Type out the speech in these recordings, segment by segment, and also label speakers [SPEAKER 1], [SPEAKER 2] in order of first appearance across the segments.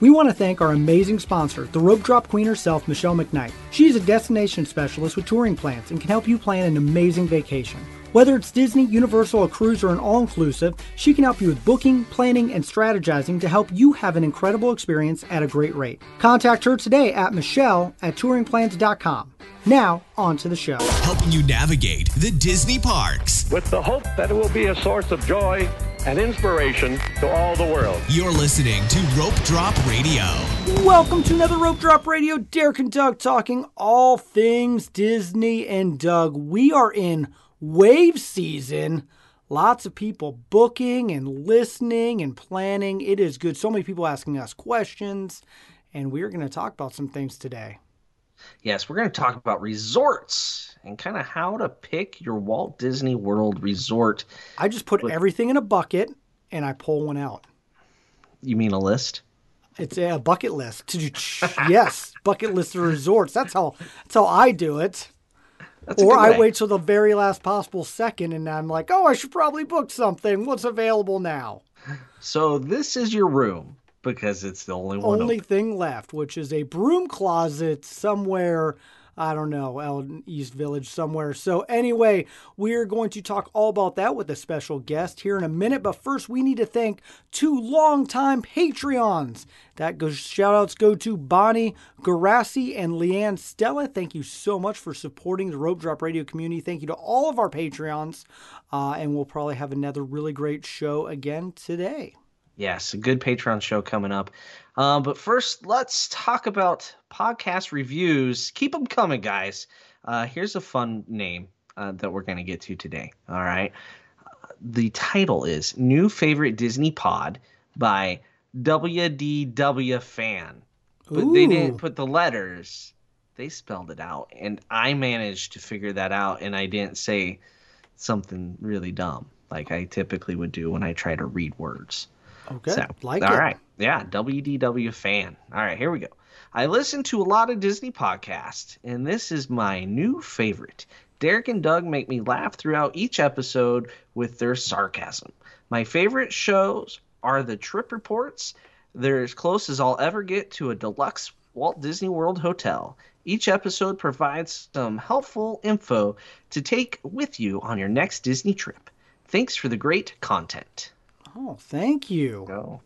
[SPEAKER 1] We want to thank our amazing sponsor, the rope drop queen herself, Michelle McKnight. She's a destination specialist with touring plans and can help you plan an amazing vacation. Whether it's Disney, Universal, a cruise, or an all inclusive, she can help you with booking, planning, and strategizing to help you have an incredible experience at a great rate. Contact her today at Michelle at touringplans.com. Now, on to the show.
[SPEAKER 2] helping you navigate the Disney parks.
[SPEAKER 3] with the hope that it will be a source of joy and inspiration to all the world.
[SPEAKER 2] You're listening to Rope Drop Radio.
[SPEAKER 1] Welcome to another Rope Drop Radio. Derek and Doug talking all things Disney and Doug. We are in wave season. Lots of people booking and listening and planning. It is good. So many people asking us questions, and we're going to talk about some things today.
[SPEAKER 4] Yes, we're going to talk about resorts and kind of how to pick your Walt Disney World resort.
[SPEAKER 1] I just put everything in a bucket and I pull one out.
[SPEAKER 4] You mean a list?
[SPEAKER 1] It's a bucket list. Yes, bucket list of resorts. That's how that's how I do it.
[SPEAKER 4] That's a
[SPEAKER 1] or
[SPEAKER 4] good
[SPEAKER 1] I
[SPEAKER 4] way.
[SPEAKER 1] wait till the very last possible second and I'm like, oh, I should probably book something. What's available now?
[SPEAKER 4] So this is your room because it's the only one.
[SPEAKER 1] Only
[SPEAKER 4] open.
[SPEAKER 1] thing left, which is a broom closet somewhere. I don't know, out in East Village somewhere. So, anyway, we're going to talk all about that with a special guest here in a minute. But first, we need to thank two longtime Patreons. That goes, shout outs go to Bonnie Garassi and Leanne Stella. Thank you so much for supporting the Rope Drop Radio community. Thank you to all of our Patreons. Uh, and we'll probably have another really great show again today.
[SPEAKER 4] Yes, a good Patreon show coming up. Um, but first, let's talk about podcast reviews. Keep them coming, guys. Uh, here's a fun name uh, that we're going to get to today. All right. Uh, The title is New Favorite Disney Pod by WDW Fan. But they
[SPEAKER 1] Ooh.
[SPEAKER 4] didn't put the letters, they spelled it out. And I managed to figure that out, and I didn't say something really dumb like I typically would do when I try to read words.
[SPEAKER 1] Okay.
[SPEAKER 4] So,
[SPEAKER 1] like
[SPEAKER 4] all
[SPEAKER 1] it.
[SPEAKER 4] right. Yeah, WDW fan. All right, here we go. I listen to a lot of Disney podcasts, and this is my new favorite. Derek and Doug make me laugh throughout each episode with their sarcasm. My favorite shows are the trip reports. They're as close as I'll ever get to a deluxe Walt Disney World hotel. Each episode provides some helpful info to take with you on your next Disney trip. Thanks for the great content.
[SPEAKER 1] Oh, thank you.
[SPEAKER 4] Go.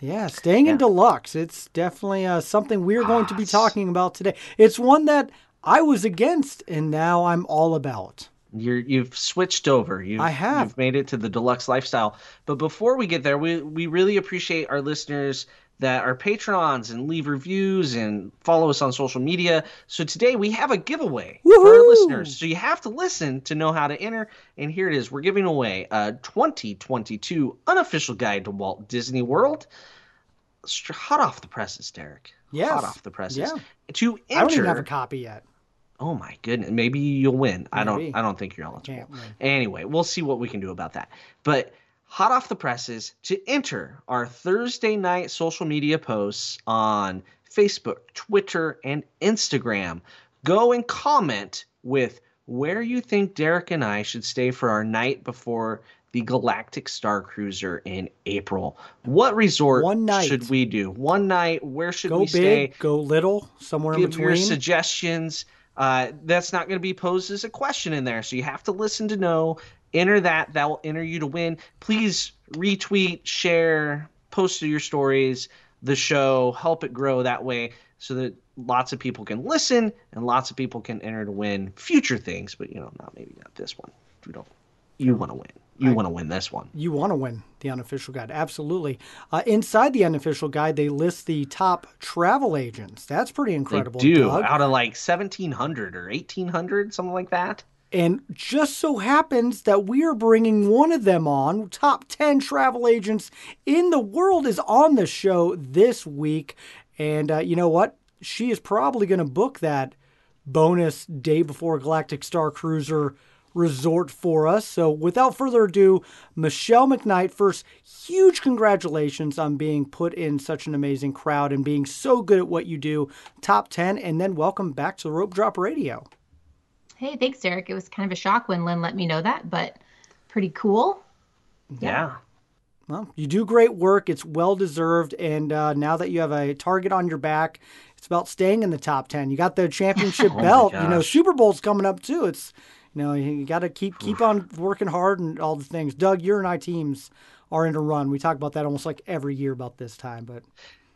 [SPEAKER 1] Yeah, staying in
[SPEAKER 4] Yeah.
[SPEAKER 1] deluxe. It's definitely uh, something we're going to be
[SPEAKER 4] Yes.
[SPEAKER 1] talking about today. It's one that I was against and now I'm all about.
[SPEAKER 4] You're, you've switched over. You've,
[SPEAKER 1] I have.
[SPEAKER 4] You've made it to the deluxe lifestyle. But before we get there, we, we really appreciate our listeners that are patrons and leave reviews and follow us on social media. So today we have a giveaway for
[SPEAKER 1] Woohoo!
[SPEAKER 4] our listeners. So you have to listen to know how to enter. And here it is. We're giving away a 2022 unofficial guide to Walt Disney World. Str- Hot off the presses, Derek.
[SPEAKER 1] Yes.
[SPEAKER 4] Hot off the presses.
[SPEAKER 1] Yeah.
[SPEAKER 4] To
[SPEAKER 1] I don't even have
[SPEAKER 4] enter.
[SPEAKER 1] a copy yet.
[SPEAKER 4] oh my goodness. Maybe you'll win. I
[SPEAKER 1] Maybe.
[SPEAKER 4] don't. I don't think you're eligible.
[SPEAKER 1] Can't win.
[SPEAKER 4] Anyway, we'll see what we can do about that. But hot off the presses to enter our Thursday night social media posts on Facebook, Twitter, and Instagram. Go and comment with where you think Derek and I should stay for our night before the Galactic Star Cruiser in April. What resort
[SPEAKER 1] One night.
[SPEAKER 4] should we do? One night, where should
[SPEAKER 1] Go
[SPEAKER 4] we
[SPEAKER 1] big,
[SPEAKER 4] stay?
[SPEAKER 1] go little, somewhere in
[SPEAKER 4] give your
[SPEAKER 1] between.
[SPEAKER 4] suggestions. Uh, that's not going to be posed as a question in there, so you have to listen to know. Enter that. That will enter you to win. Please retweet, share, post to your stories. The show help it grow that way, so that lots of people can listen and lots of people can enter to win future things. But you know, not maybe not this one. We don't. You want to win. You want to win this one.
[SPEAKER 1] you want to win the unofficial guide. Absolutely. Uh, inside the unofficial guide, they list the top travel agents. That's pretty
[SPEAKER 4] They
[SPEAKER 1] incredible.
[SPEAKER 4] do
[SPEAKER 1] Doug.
[SPEAKER 4] out of like seventeen hundred or eighteen hundred, something like that.
[SPEAKER 1] And just so happens that we are bringing one of them on. Top 10 travel agents in the world is on the show this week. And uh, you know what? She is probably going to book that bonus day before Galactic Star Cruiser resort for us. So without further ado, Michelle McKnight, first, huge congratulations on being put in such an amazing crowd and being so good at what you do. Top 10. And then welcome back to Rope Drop Radio.
[SPEAKER 5] Hey, thanks, Derek. It was kind of a shock when Lynn let me know that, but pretty cool.
[SPEAKER 4] Yeah.
[SPEAKER 1] Well, you do great work. It's well deserved. And uh, now that you have a target on your back, it's about staying in the top 10. You got the championship belt. You know,
[SPEAKER 4] gosh.
[SPEAKER 1] Super Bowl's coming up too. It's, you know, you got to keep keep on working hard and all the things. Doug, your and I teams are in a run. We talk about that almost like every year about this time, but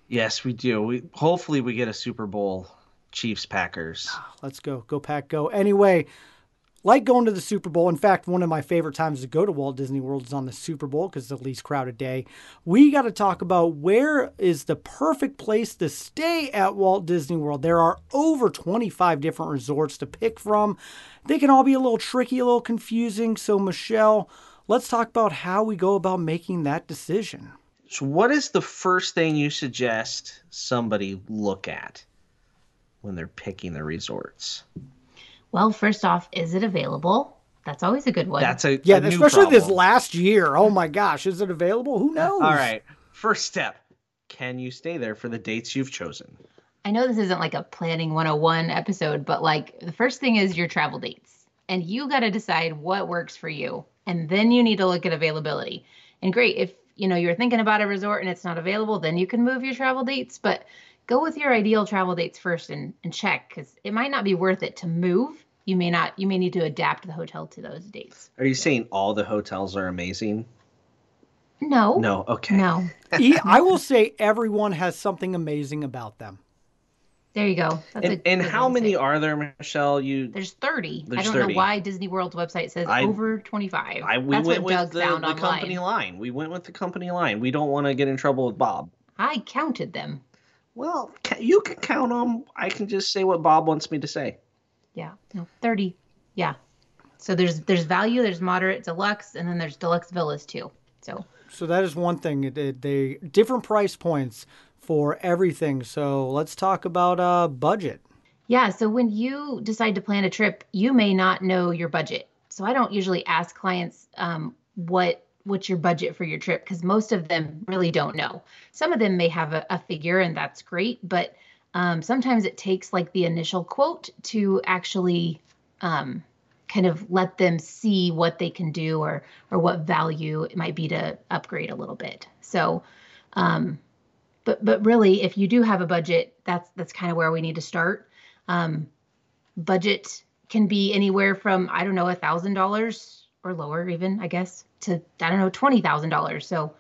[SPEAKER 4] Yes, we do. We hopefully we get a Super Bowl Chiefs Packers.
[SPEAKER 1] Let's go. Go pack go. Anyway, like going to the Super Bowl. In fact, one of my favorite times to go to Walt Disney World is on the Super Bowl because it's the least crowded day. We got to talk about where is the perfect place to stay at Walt Disney World. There are over 25 different resorts to pick from. They can all be a little tricky, a little confusing. So, Michelle, let's talk about how we go about making that decision.
[SPEAKER 4] So what is the first thing you suggest somebody look at when they're picking the resorts?
[SPEAKER 5] Well, first off, is it available? That's always a good one.
[SPEAKER 4] That's a
[SPEAKER 1] Yeah,
[SPEAKER 4] a new
[SPEAKER 1] especially this
[SPEAKER 4] problem.
[SPEAKER 1] last year. Oh my gosh, is it available? Who knows?
[SPEAKER 4] All right. First step. Can you stay there for the dates you've chosen?
[SPEAKER 5] I know this isn't like a planning 101 episode, but like the first thing is your travel dates. And you got to decide what works for you. And then you need to look at availability. And great, if you know you're thinking about a resort and it's not available, then you can move your travel dates, but go with your ideal travel dates first and, and check cuz it might not be worth it to move. You may not you may need to adapt the hotel to those dates.
[SPEAKER 4] Are you saying all the hotels are amazing?
[SPEAKER 5] No.
[SPEAKER 4] No. Okay.
[SPEAKER 5] No.
[SPEAKER 1] E- I will say everyone has something amazing about them.
[SPEAKER 5] There you go.
[SPEAKER 4] And,
[SPEAKER 5] That's a
[SPEAKER 4] and
[SPEAKER 5] good
[SPEAKER 4] how
[SPEAKER 5] way to
[SPEAKER 4] many
[SPEAKER 5] say it.
[SPEAKER 4] are there, Michelle? You
[SPEAKER 5] There's 30. I
[SPEAKER 4] There's
[SPEAKER 5] don't
[SPEAKER 4] 30.
[SPEAKER 5] know why Disney World's website says
[SPEAKER 4] I-
[SPEAKER 5] over 25.
[SPEAKER 4] I we
[SPEAKER 5] That's
[SPEAKER 4] went
[SPEAKER 5] what
[SPEAKER 4] with
[SPEAKER 5] Doug
[SPEAKER 4] the,
[SPEAKER 5] found
[SPEAKER 4] the company
[SPEAKER 5] online.
[SPEAKER 4] line. We went with the company line. We don't want to get in trouble with Bob.
[SPEAKER 5] I counted them.
[SPEAKER 4] Well, ca- you can count them. I can just say what Bob wants me to say.
[SPEAKER 5] Yeah. No, 30. Yeah. So there's there's value, there's moderate, deluxe, and then there's deluxe villas too. So
[SPEAKER 1] So that is one thing. It, it, they different price points for everything. So let's talk about uh, budget.
[SPEAKER 5] Yeah, so when you decide to plan a trip, you may not know your budget. So I don't usually ask clients um, what what's your budget for your trip because most of them really don't know. Some of them may have a, a figure and that's great, but um, sometimes it takes like the initial quote to actually um, kind of let them see what they can do or or what value it might be to upgrade a little bit. So um, but but really, if you do have a budget, that's that's kind of where we need to start um, budget can be anywhere from I don't know a thousand dollars or lower even I guess to I don't know twenty thousand dollars. So,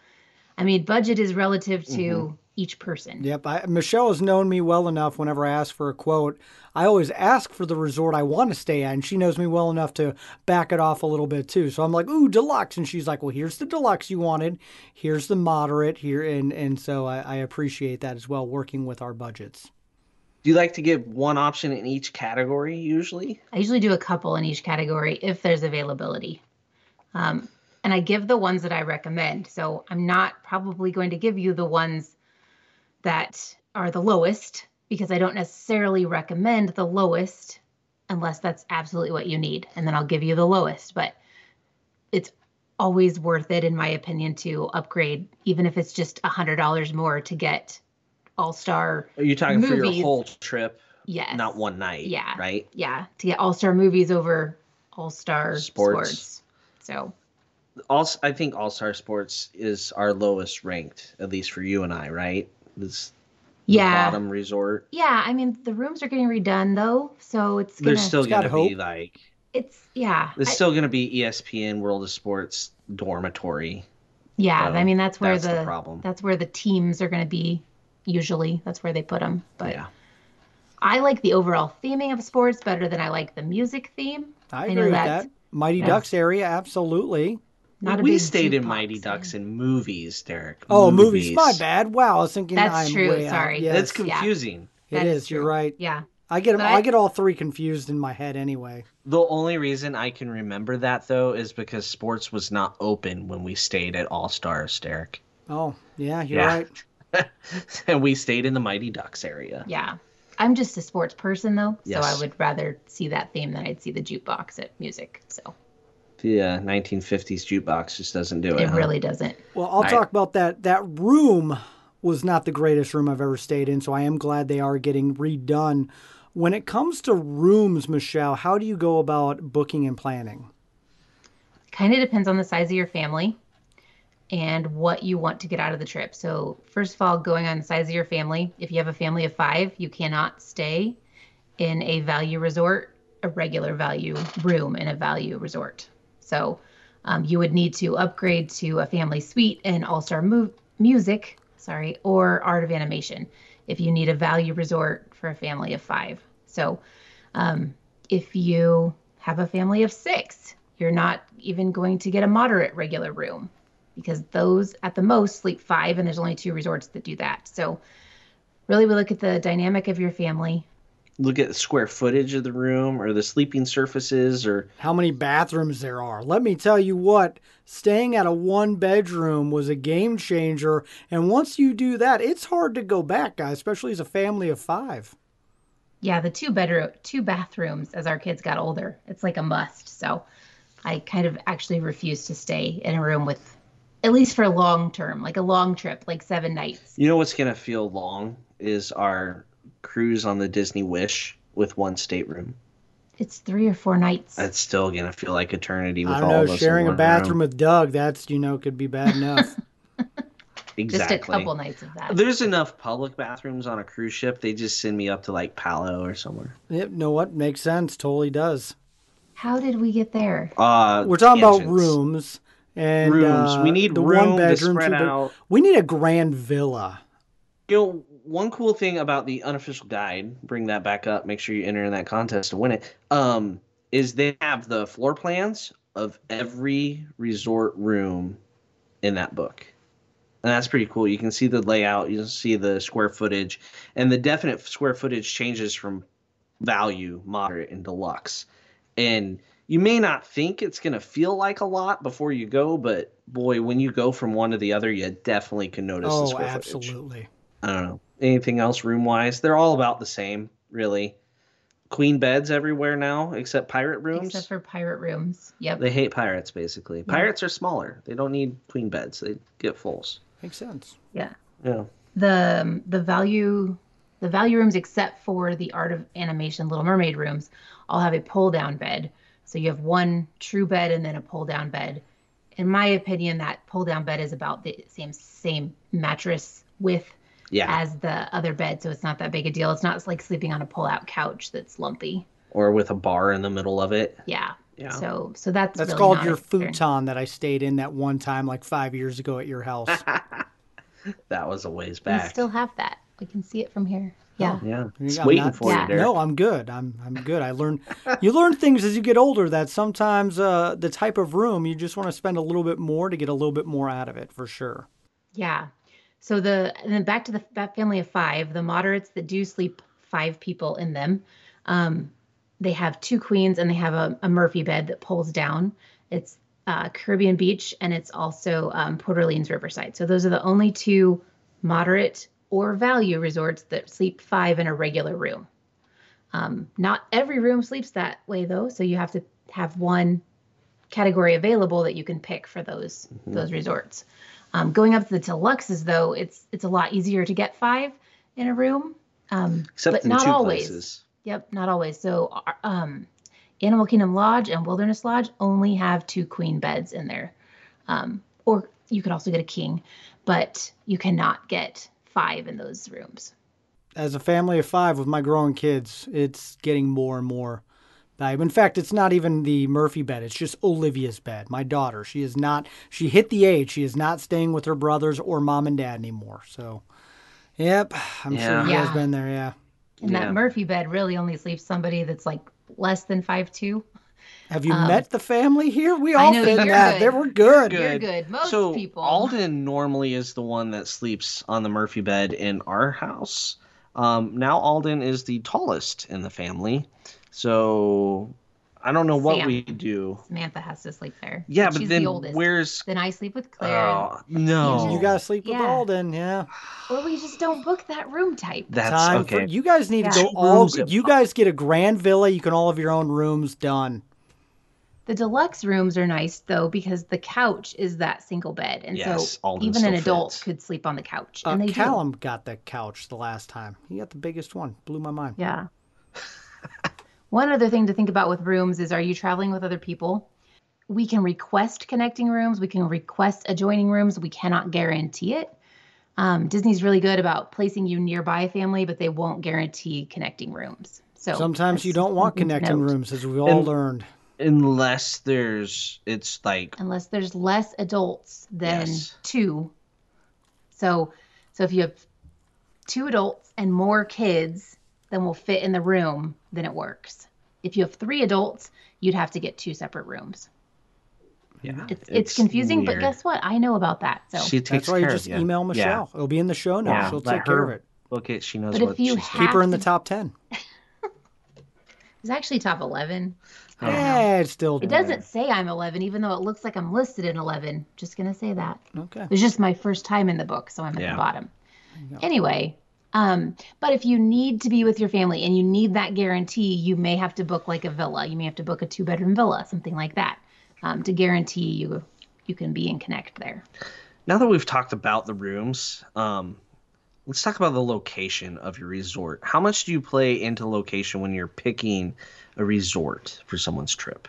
[SPEAKER 5] I mean, budget is relative to each person.
[SPEAKER 1] Yep. I, Michelle has known me well enough. Whenever I ask for a quote, I always ask for the resort I want to stay at, and she knows me well enough to back it off a little bit too. So I'm like, "Ooh, deluxe," and she's like, "Well, here's the deluxe you wanted. Here's the moderate here," and and so I, I appreciate that as well. Working with our budgets.
[SPEAKER 4] Do you like to give one option in each category usually?
[SPEAKER 5] I usually do a couple in each category if there's availability. Um, and I give the ones that I recommend. So I'm not probably going to give you the ones that are the lowest because I don't necessarily recommend the lowest unless that's absolutely what you need. And then I'll give you the lowest. But it's always worth it, in my opinion, to upgrade, even if it's just $100 more to get all star.
[SPEAKER 4] Are you talking for your
[SPEAKER 5] Movies.
[SPEAKER 4] whole trip,
[SPEAKER 5] Yes.
[SPEAKER 4] not one night?
[SPEAKER 5] Yeah.
[SPEAKER 4] Right.
[SPEAKER 5] yeah, to get all star movies over all star
[SPEAKER 4] Sports.
[SPEAKER 5] sports. So
[SPEAKER 4] Also, I think All Star Sports is our lowest ranked, at least for you and I. Right. This
[SPEAKER 5] yeah,
[SPEAKER 4] bottom resort.
[SPEAKER 5] yeah. I mean, the rooms are getting redone though, so it's gonna,
[SPEAKER 4] There's still
[SPEAKER 1] It's got
[SPEAKER 4] gonna
[SPEAKER 1] hope.
[SPEAKER 4] be like
[SPEAKER 5] it's yeah,
[SPEAKER 4] there's
[SPEAKER 5] I-
[SPEAKER 4] still gonna be E ESPN World of Sports dormitory.
[SPEAKER 5] yeah.
[SPEAKER 4] so
[SPEAKER 5] I mean, that's where
[SPEAKER 4] Oh, that's the
[SPEAKER 5] the,
[SPEAKER 4] problem.
[SPEAKER 5] that's where the teams are gonna be. Usually, that's where they put them. But
[SPEAKER 4] yeah.
[SPEAKER 5] I like the overall theming of sports better than I like the music theme.
[SPEAKER 1] I
[SPEAKER 5] know
[SPEAKER 1] agree with
[SPEAKER 5] that's-
[SPEAKER 1] that. Mighty
[SPEAKER 5] that's-
[SPEAKER 1] Ducks area, absolutely.
[SPEAKER 5] Not a
[SPEAKER 4] we
[SPEAKER 5] big
[SPEAKER 4] stayed in
[SPEAKER 5] jukebox,
[SPEAKER 4] Mighty
[SPEAKER 5] yeah.
[SPEAKER 4] Ducks and movies, Derek.
[SPEAKER 1] Oh, movies. My bad. Wow, I was thinking
[SPEAKER 5] That's
[SPEAKER 1] I'm
[SPEAKER 5] true,
[SPEAKER 1] way out.
[SPEAKER 5] sorry.
[SPEAKER 1] Yes,
[SPEAKER 4] That's
[SPEAKER 5] Yeah.
[SPEAKER 4] confusing.
[SPEAKER 1] it
[SPEAKER 5] That is
[SPEAKER 1] is. You're
[SPEAKER 5] true.
[SPEAKER 1] right.
[SPEAKER 5] Yeah,
[SPEAKER 1] I get
[SPEAKER 5] But
[SPEAKER 1] I,
[SPEAKER 5] I-
[SPEAKER 1] get all three confused in my head anyway.
[SPEAKER 4] The only reason I can remember that though is because sports was not open when we stayed at All Stars, Derek.
[SPEAKER 1] Oh, yeah, you're
[SPEAKER 4] Yeah.
[SPEAKER 1] right.
[SPEAKER 4] and we stayed in the Mighty Ducks area.
[SPEAKER 5] yeah. I'm just a sports person though, so I
[SPEAKER 4] Yes.
[SPEAKER 5] would rather see that theme than I'd see the jukebox at music. So
[SPEAKER 4] The uh, 1950s jukebox just doesn't do it.
[SPEAKER 5] it
[SPEAKER 4] huh?
[SPEAKER 5] really doesn't.
[SPEAKER 1] Well, I'll
[SPEAKER 4] I-
[SPEAKER 1] talk about that. That room was not the greatest room I've ever stayed in, so I am glad they are getting redone. When it comes to rooms, Michelle, how do you go about booking and planning?
[SPEAKER 5] kind of depends on the size of your family. and what you want to get out of the trip. So, first of all, going on the size of your family. If you have a family of five, you cannot stay in a value resort, a regular value room in a value resort. So, um, you would need to upgrade to a family suite and all star mu- music, sorry, or art of animation if you need a value resort for a family of five. So, um, if you have a family of six, you're not even going to get a moderate regular room because those at the most sleep five, and there's only two resorts that do that. So, really, we look at the dynamic of your family.
[SPEAKER 4] Look at the square footage of the room or the sleeping surfaces or
[SPEAKER 1] How many bathrooms there are. Let me tell you what, staying at a one bedroom was a game changer. And once you do that, it's hard to go back, guys, especially as a family of five.
[SPEAKER 5] Yeah, the two bedroom, two bathrooms as our kids got older, it's like a must. So, I kind of actually refuse to stay in a room with, at least for long term, like a long trip, like seven nights.
[SPEAKER 4] You know what's gonna feel long is our cruise on the Disney Wish with one stateroom.
[SPEAKER 5] It's three or four nights.
[SPEAKER 4] That's still gonna feel like eternity with
[SPEAKER 1] I
[SPEAKER 4] all
[SPEAKER 1] don't
[SPEAKER 4] of
[SPEAKER 1] know,
[SPEAKER 4] us.
[SPEAKER 1] sharing
[SPEAKER 4] in
[SPEAKER 1] a
[SPEAKER 4] one
[SPEAKER 1] bathroom
[SPEAKER 4] room.
[SPEAKER 1] with Doug, that's, you know, could be bad enough.
[SPEAKER 5] Just
[SPEAKER 4] exactly.
[SPEAKER 5] a couple nights of that.
[SPEAKER 4] There's enough public bathrooms on a cruise ship. They just send me up to like Palo or somewhere.
[SPEAKER 1] yep, you know what? Makes sense. Totally does.
[SPEAKER 5] How did we get there?
[SPEAKER 4] Uh,
[SPEAKER 1] We're talking about
[SPEAKER 4] tangents.
[SPEAKER 1] rooms. And,
[SPEAKER 4] Rooms.
[SPEAKER 1] uh,
[SPEAKER 4] We need
[SPEAKER 1] the
[SPEAKER 4] room
[SPEAKER 1] one
[SPEAKER 4] to
[SPEAKER 1] bedroom,
[SPEAKER 4] spread
[SPEAKER 1] two bed-
[SPEAKER 4] out.
[SPEAKER 1] We need a grand villa.
[SPEAKER 4] You know, one cool thing about the unofficial guide, bring that back up, make sure you enter in that contest to win it, um, is they have the floor plans of every resort room in that book. And that's pretty cool. You can see the layout, you can see the square footage, and the definite square footage changes from value, moderate, and deluxe. And you may not think it's going to feel like a lot before you go, but boy, when you go from one to the other, you definitely can notice the
[SPEAKER 1] Oh,
[SPEAKER 4] square footage.
[SPEAKER 1] absolutely.
[SPEAKER 4] I don't know. Anything else room wise? They're all about the same, really. Queen beds everywhere now, except pirate rooms.
[SPEAKER 5] Except for pirate rooms. Yep.
[SPEAKER 4] they hate pirates, basically. Pirates are smaller. They don't need queen beds. They get fulls.
[SPEAKER 1] Makes sense.
[SPEAKER 5] Yeah.
[SPEAKER 4] Yeah.
[SPEAKER 5] The um, the value the value rooms except for the art of animation little mermaid rooms all have a pull down bed. So you have one true bed and then a pull down bed. In my opinion that pull down bed is about the same same mattress width
[SPEAKER 4] Yeah.
[SPEAKER 5] as the other bed so it's not that big a deal. It's not like sleeping on a pull out couch that's lumpy.
[SPEAKER 4] or with a bar in the middle of it.
[SPEAKER 5] Yeah.
[SPEAKER 4] Yeah.
[SPEAKER 5] So so that's
[SPEAKER 1] That's
[SPEAKER 5] really
[SPEAKER 1] called
[SPEAKER 5] not
[SPEAKER 1] your
[SPEAKER 5] a concern.
[SPEAKER 1] futon that I stayed in that one time, like five years ago at your house.
[SPEAKER 4] That was a ways
[SPEAKER 5] We
[SPEAKER 4] back.
[SPEAKER 5] still have that. We can see it from here.
[SPEAKER 4] Oh,
[SPEAKER 5] Yeah.
[SPEAKER 4] yeah. It's
[SPEAKER 1] I'm
[SPEAKER 4] waiting
[SPEAKER 1] not-
[SPEAKER 4] for
[SPEAKER 5] Yeah.
[SPEAKER 4] you, Derek.
[SPEAKER 1] No, I'm good. I'm I'm good. I learn. you learn things as you get older. That sometimes uh, the type of room you just want to spend a little bit more to get a little bit more out of it, for sure.
[SPEAKER 5] Yeah. So the and then back to the that family of five, the moderates that do sleep five people in them, um, they have two queens and they have a, a Murphy bed that pulls down. It's uh, Caribbean Beach and it's also um, Port Orleans Riverside. So those are the only two moderate or value resorts that sleep five in a regular room. Um, not every room sleeps that way though, so you have to have one category available that you can pick for those
[SPEAKER 4] Mm-hmm.
[SPEAKER 5] those resorts. Um, going up to the deluxes, though, it's it's a lot easier to get five in a room. Um,
[SPEAKER 4] Except
[SPEAKER 5] but
[SPEAKER 4] in
[SPEAKER 5] not
[SPEAKER 4] two
[SPEAKER 5] always.
[SPEAKER 4] places.
[SPEAKER 5] Yep, not always. So, our- um, Animal Kingdom Lodge and Wilderness Lodge only have two queen beds in there, um, or you could also get a king, but you cannot get five in those rooms.
[SPEAKER 1] As a family of five with my growing kids, it's getting more and more valuable. In fact, it's not even the Murphy bed; it's just Olivia's bed. My daughter. She is not. She hit the age. She is not staying with her brothers or mom and dad anymore. So, yep. I'm sure
[SPEAKER 4] Yeah.
[SPEAKER 1] you guys
[SPEAKER 5] Yeah.
[SPEAKER 1] been there. Yeah.
[SPEAKER 5] And
[SPEAKER 4] Yeah.
[SPEAKER 5] that Murphy bed really only sleeps somebody that's like less than five two.
[SPEAKER 1] Have you met the family here? We all
[SPEAKER 5] Um, know
[SPEAKER 1] fit in
[SPEAKER 5] you're
[SPEAKER 1] that.
[SPEAKER 5] good.
[SPEAKER 1] They were good.
[SPEAKER 5] You're good. Most
[SPEAKER 4] so
[SPEAKER 5] people.
[SPEAKER 4] Alden normally is the one that sleeps on the Murphy bed in our house. Um, now Alden is the tallest in the family, so I don't know what
[SPEAKER 5] Sam.
[SPEAKER 4] we do.
[SPEAKER 5] Samantha has to sleep there.
[SPEAKER 4] Yeah,
[SPEAKER 5] But
[SPEAKER 4] but
[SPEAKER 5] she's
[SPEAKER 4] then
[SPEAKER 5] the oldest.
[SPEAKER 4] where's
[SPEAKER 5] Then I sleep with Claire.
[SPEAKER 4] oh no?
[SPEAKER 5] just-
[SPEAKER 1] You gotta sleep with
[SPEAKER 5] Yeah.
[SPEAKER 1] Alden. Yeah.
[SPEAKER 5] Or we just don't book that room type.
[SPEAKER 4] That's
[SPEAKER 1] Time
[SPEAKER 4] okay.
[SPEAKER 1] for you guys need to
[SPEAKER 5] Yeah.
[SPEAKER 1] go
[SPEAKER 5] Two
[SPEAKER 1] all.
[SPEAKER 4] rooms at-
[SPEAKER 1] You guys get a grand villa. You can all have your own rooms. Done.
[SPEAKER 5] The deluxe rooms are nice though because the couch is that single bed, and
[SPEAKER 4] Yes,
[SPEAKER 5] so
[SPEAKER 4] Alden
[SPEAKER 5] even an
[SPEAKER 4] still
[SPEAKER 5] adult
[SPEAKER 4] fits.
[SPEAKER 5] could sleep on the couch,
[SPEAKER 1] Uh,
[SPEAKER 5] and they
[SPEAKER 1] Callum got the couch the last time. He got the biggest one. Blew my mind.
[SPEAKER 5] do. Yeah. One other thing to think about with rooms is: Are you traveling with other people? we can request connecting rooms, we can request adjoining rooms, we cannot guarantee it. Um, Disney's really good about placing you nearby a family, but they won't guarantee connecting rooms. So
[SPEAKER 1] Sometimes
[SPEAKER 5] that's
[SPEAKER 1] you don't want
[SPEAKER 5] something to
[SPEAKER 1] connecting
[SPEAKER 5] note.
[SPEAKER 1] rooms, as we all
[SPEAKER 4] And-
[SPEAKER 1] learned.
[SPEAKER 4] unless there's it's like
[SPEAKER 5] unless there's less adults than
[SPEAKER 4] Yes.
[SPEAKER 5] two. So, so if you have two adults and more kids than will fit in the room, then it works. If you have three adults, you'd have to get two separate rooms.
[SPEAKER 4] yeah,
[SPEAKER 5] It's it's, confusing, but guess what? I know about that. So,
[SPEAKER 4] She takes
[SPEAKER 1] That's why you
[SPEAKER 4] care of
[SPEAKER 1] just email
[SPEAKER 4] Yeah.
[SPEAKER 1] Michelle. It'll be in the show notes.
[SPEAKER 4] Yeah,
[SPEAKER 1] She'll
[SPEAKER 4] let
[SPEAKER 1] take care of
[SPEAKER 4] her-
[SPEAKER 1] it.
[SPEAKER 4] Look at she knows
[SPEAKER 5] but
[SPEAKER 4] what
[SPEAKER 5] if you
[SPEAKER 4] she's
[SPEAKER 5] have
[SPEAKER 4] doing.
[SPEAKER 1] Keep her in the
[SPEAKER 5] to-
[SPEAKER 1] top ten.
[SPEAKER 5] it's actually top eleven. I don't know.
[SPEAKER 1] Yeah, it's still
[SPEAKER 5] It doesn't say I'm 11, even though it looks like I'm listed in 11. Just going to say that.
[SPEAKER 1] Okay.
[SPEAKER 5] It was just my first time in the book, so I'm at
[SPEAKER 4] Yeah.
[SPEAKER 5] the bottom. Anyway, um, but if you need to be with your family and you need that guarantee, you may have to book like a villa. You may have to book a two bedroom villa, something like that, um, to guarantee you you can be and connect there.
[SPEAKER 4] Now that we've talked about the rooms, um, let's talk about the location of your resort. How much do you play into location when you're picking a resort for someone's trip?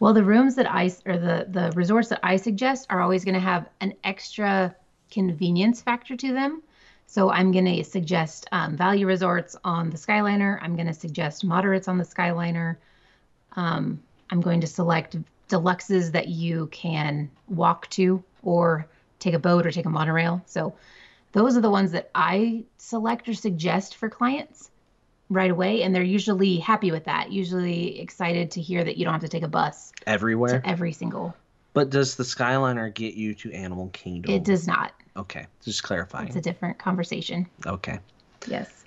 [SPEAKER 5] Well, the rooms that I or the the resorts that I suggest are always going to have an extra convenience factor to them. So I'm going to suggest um, value resorts on the Skyliner. I'm going to suggest moderates on the Skyliner. Um, I'm going to select deluxes that you can walk to or take a boat or take a monorail. So those are the ones that I select or suggest for clients right away and they're usually happy with that usually excited to hear that you don't have to take a bus
[SPEAKER 4] Everywhere,
[SPEAKER 5] every single
[SPEAKER 4] but does the Skyliner get you to Animal Kingdom?
[SPEAKER 5] it does not
[SPEAKER 4] Okay, just
[SPEAKER 5] it's a
[SPEAKER 4] clarifying.
[SPEAKER 5] different conversation
[SPEAKER 4] okay,
[SPEAKER 5] yes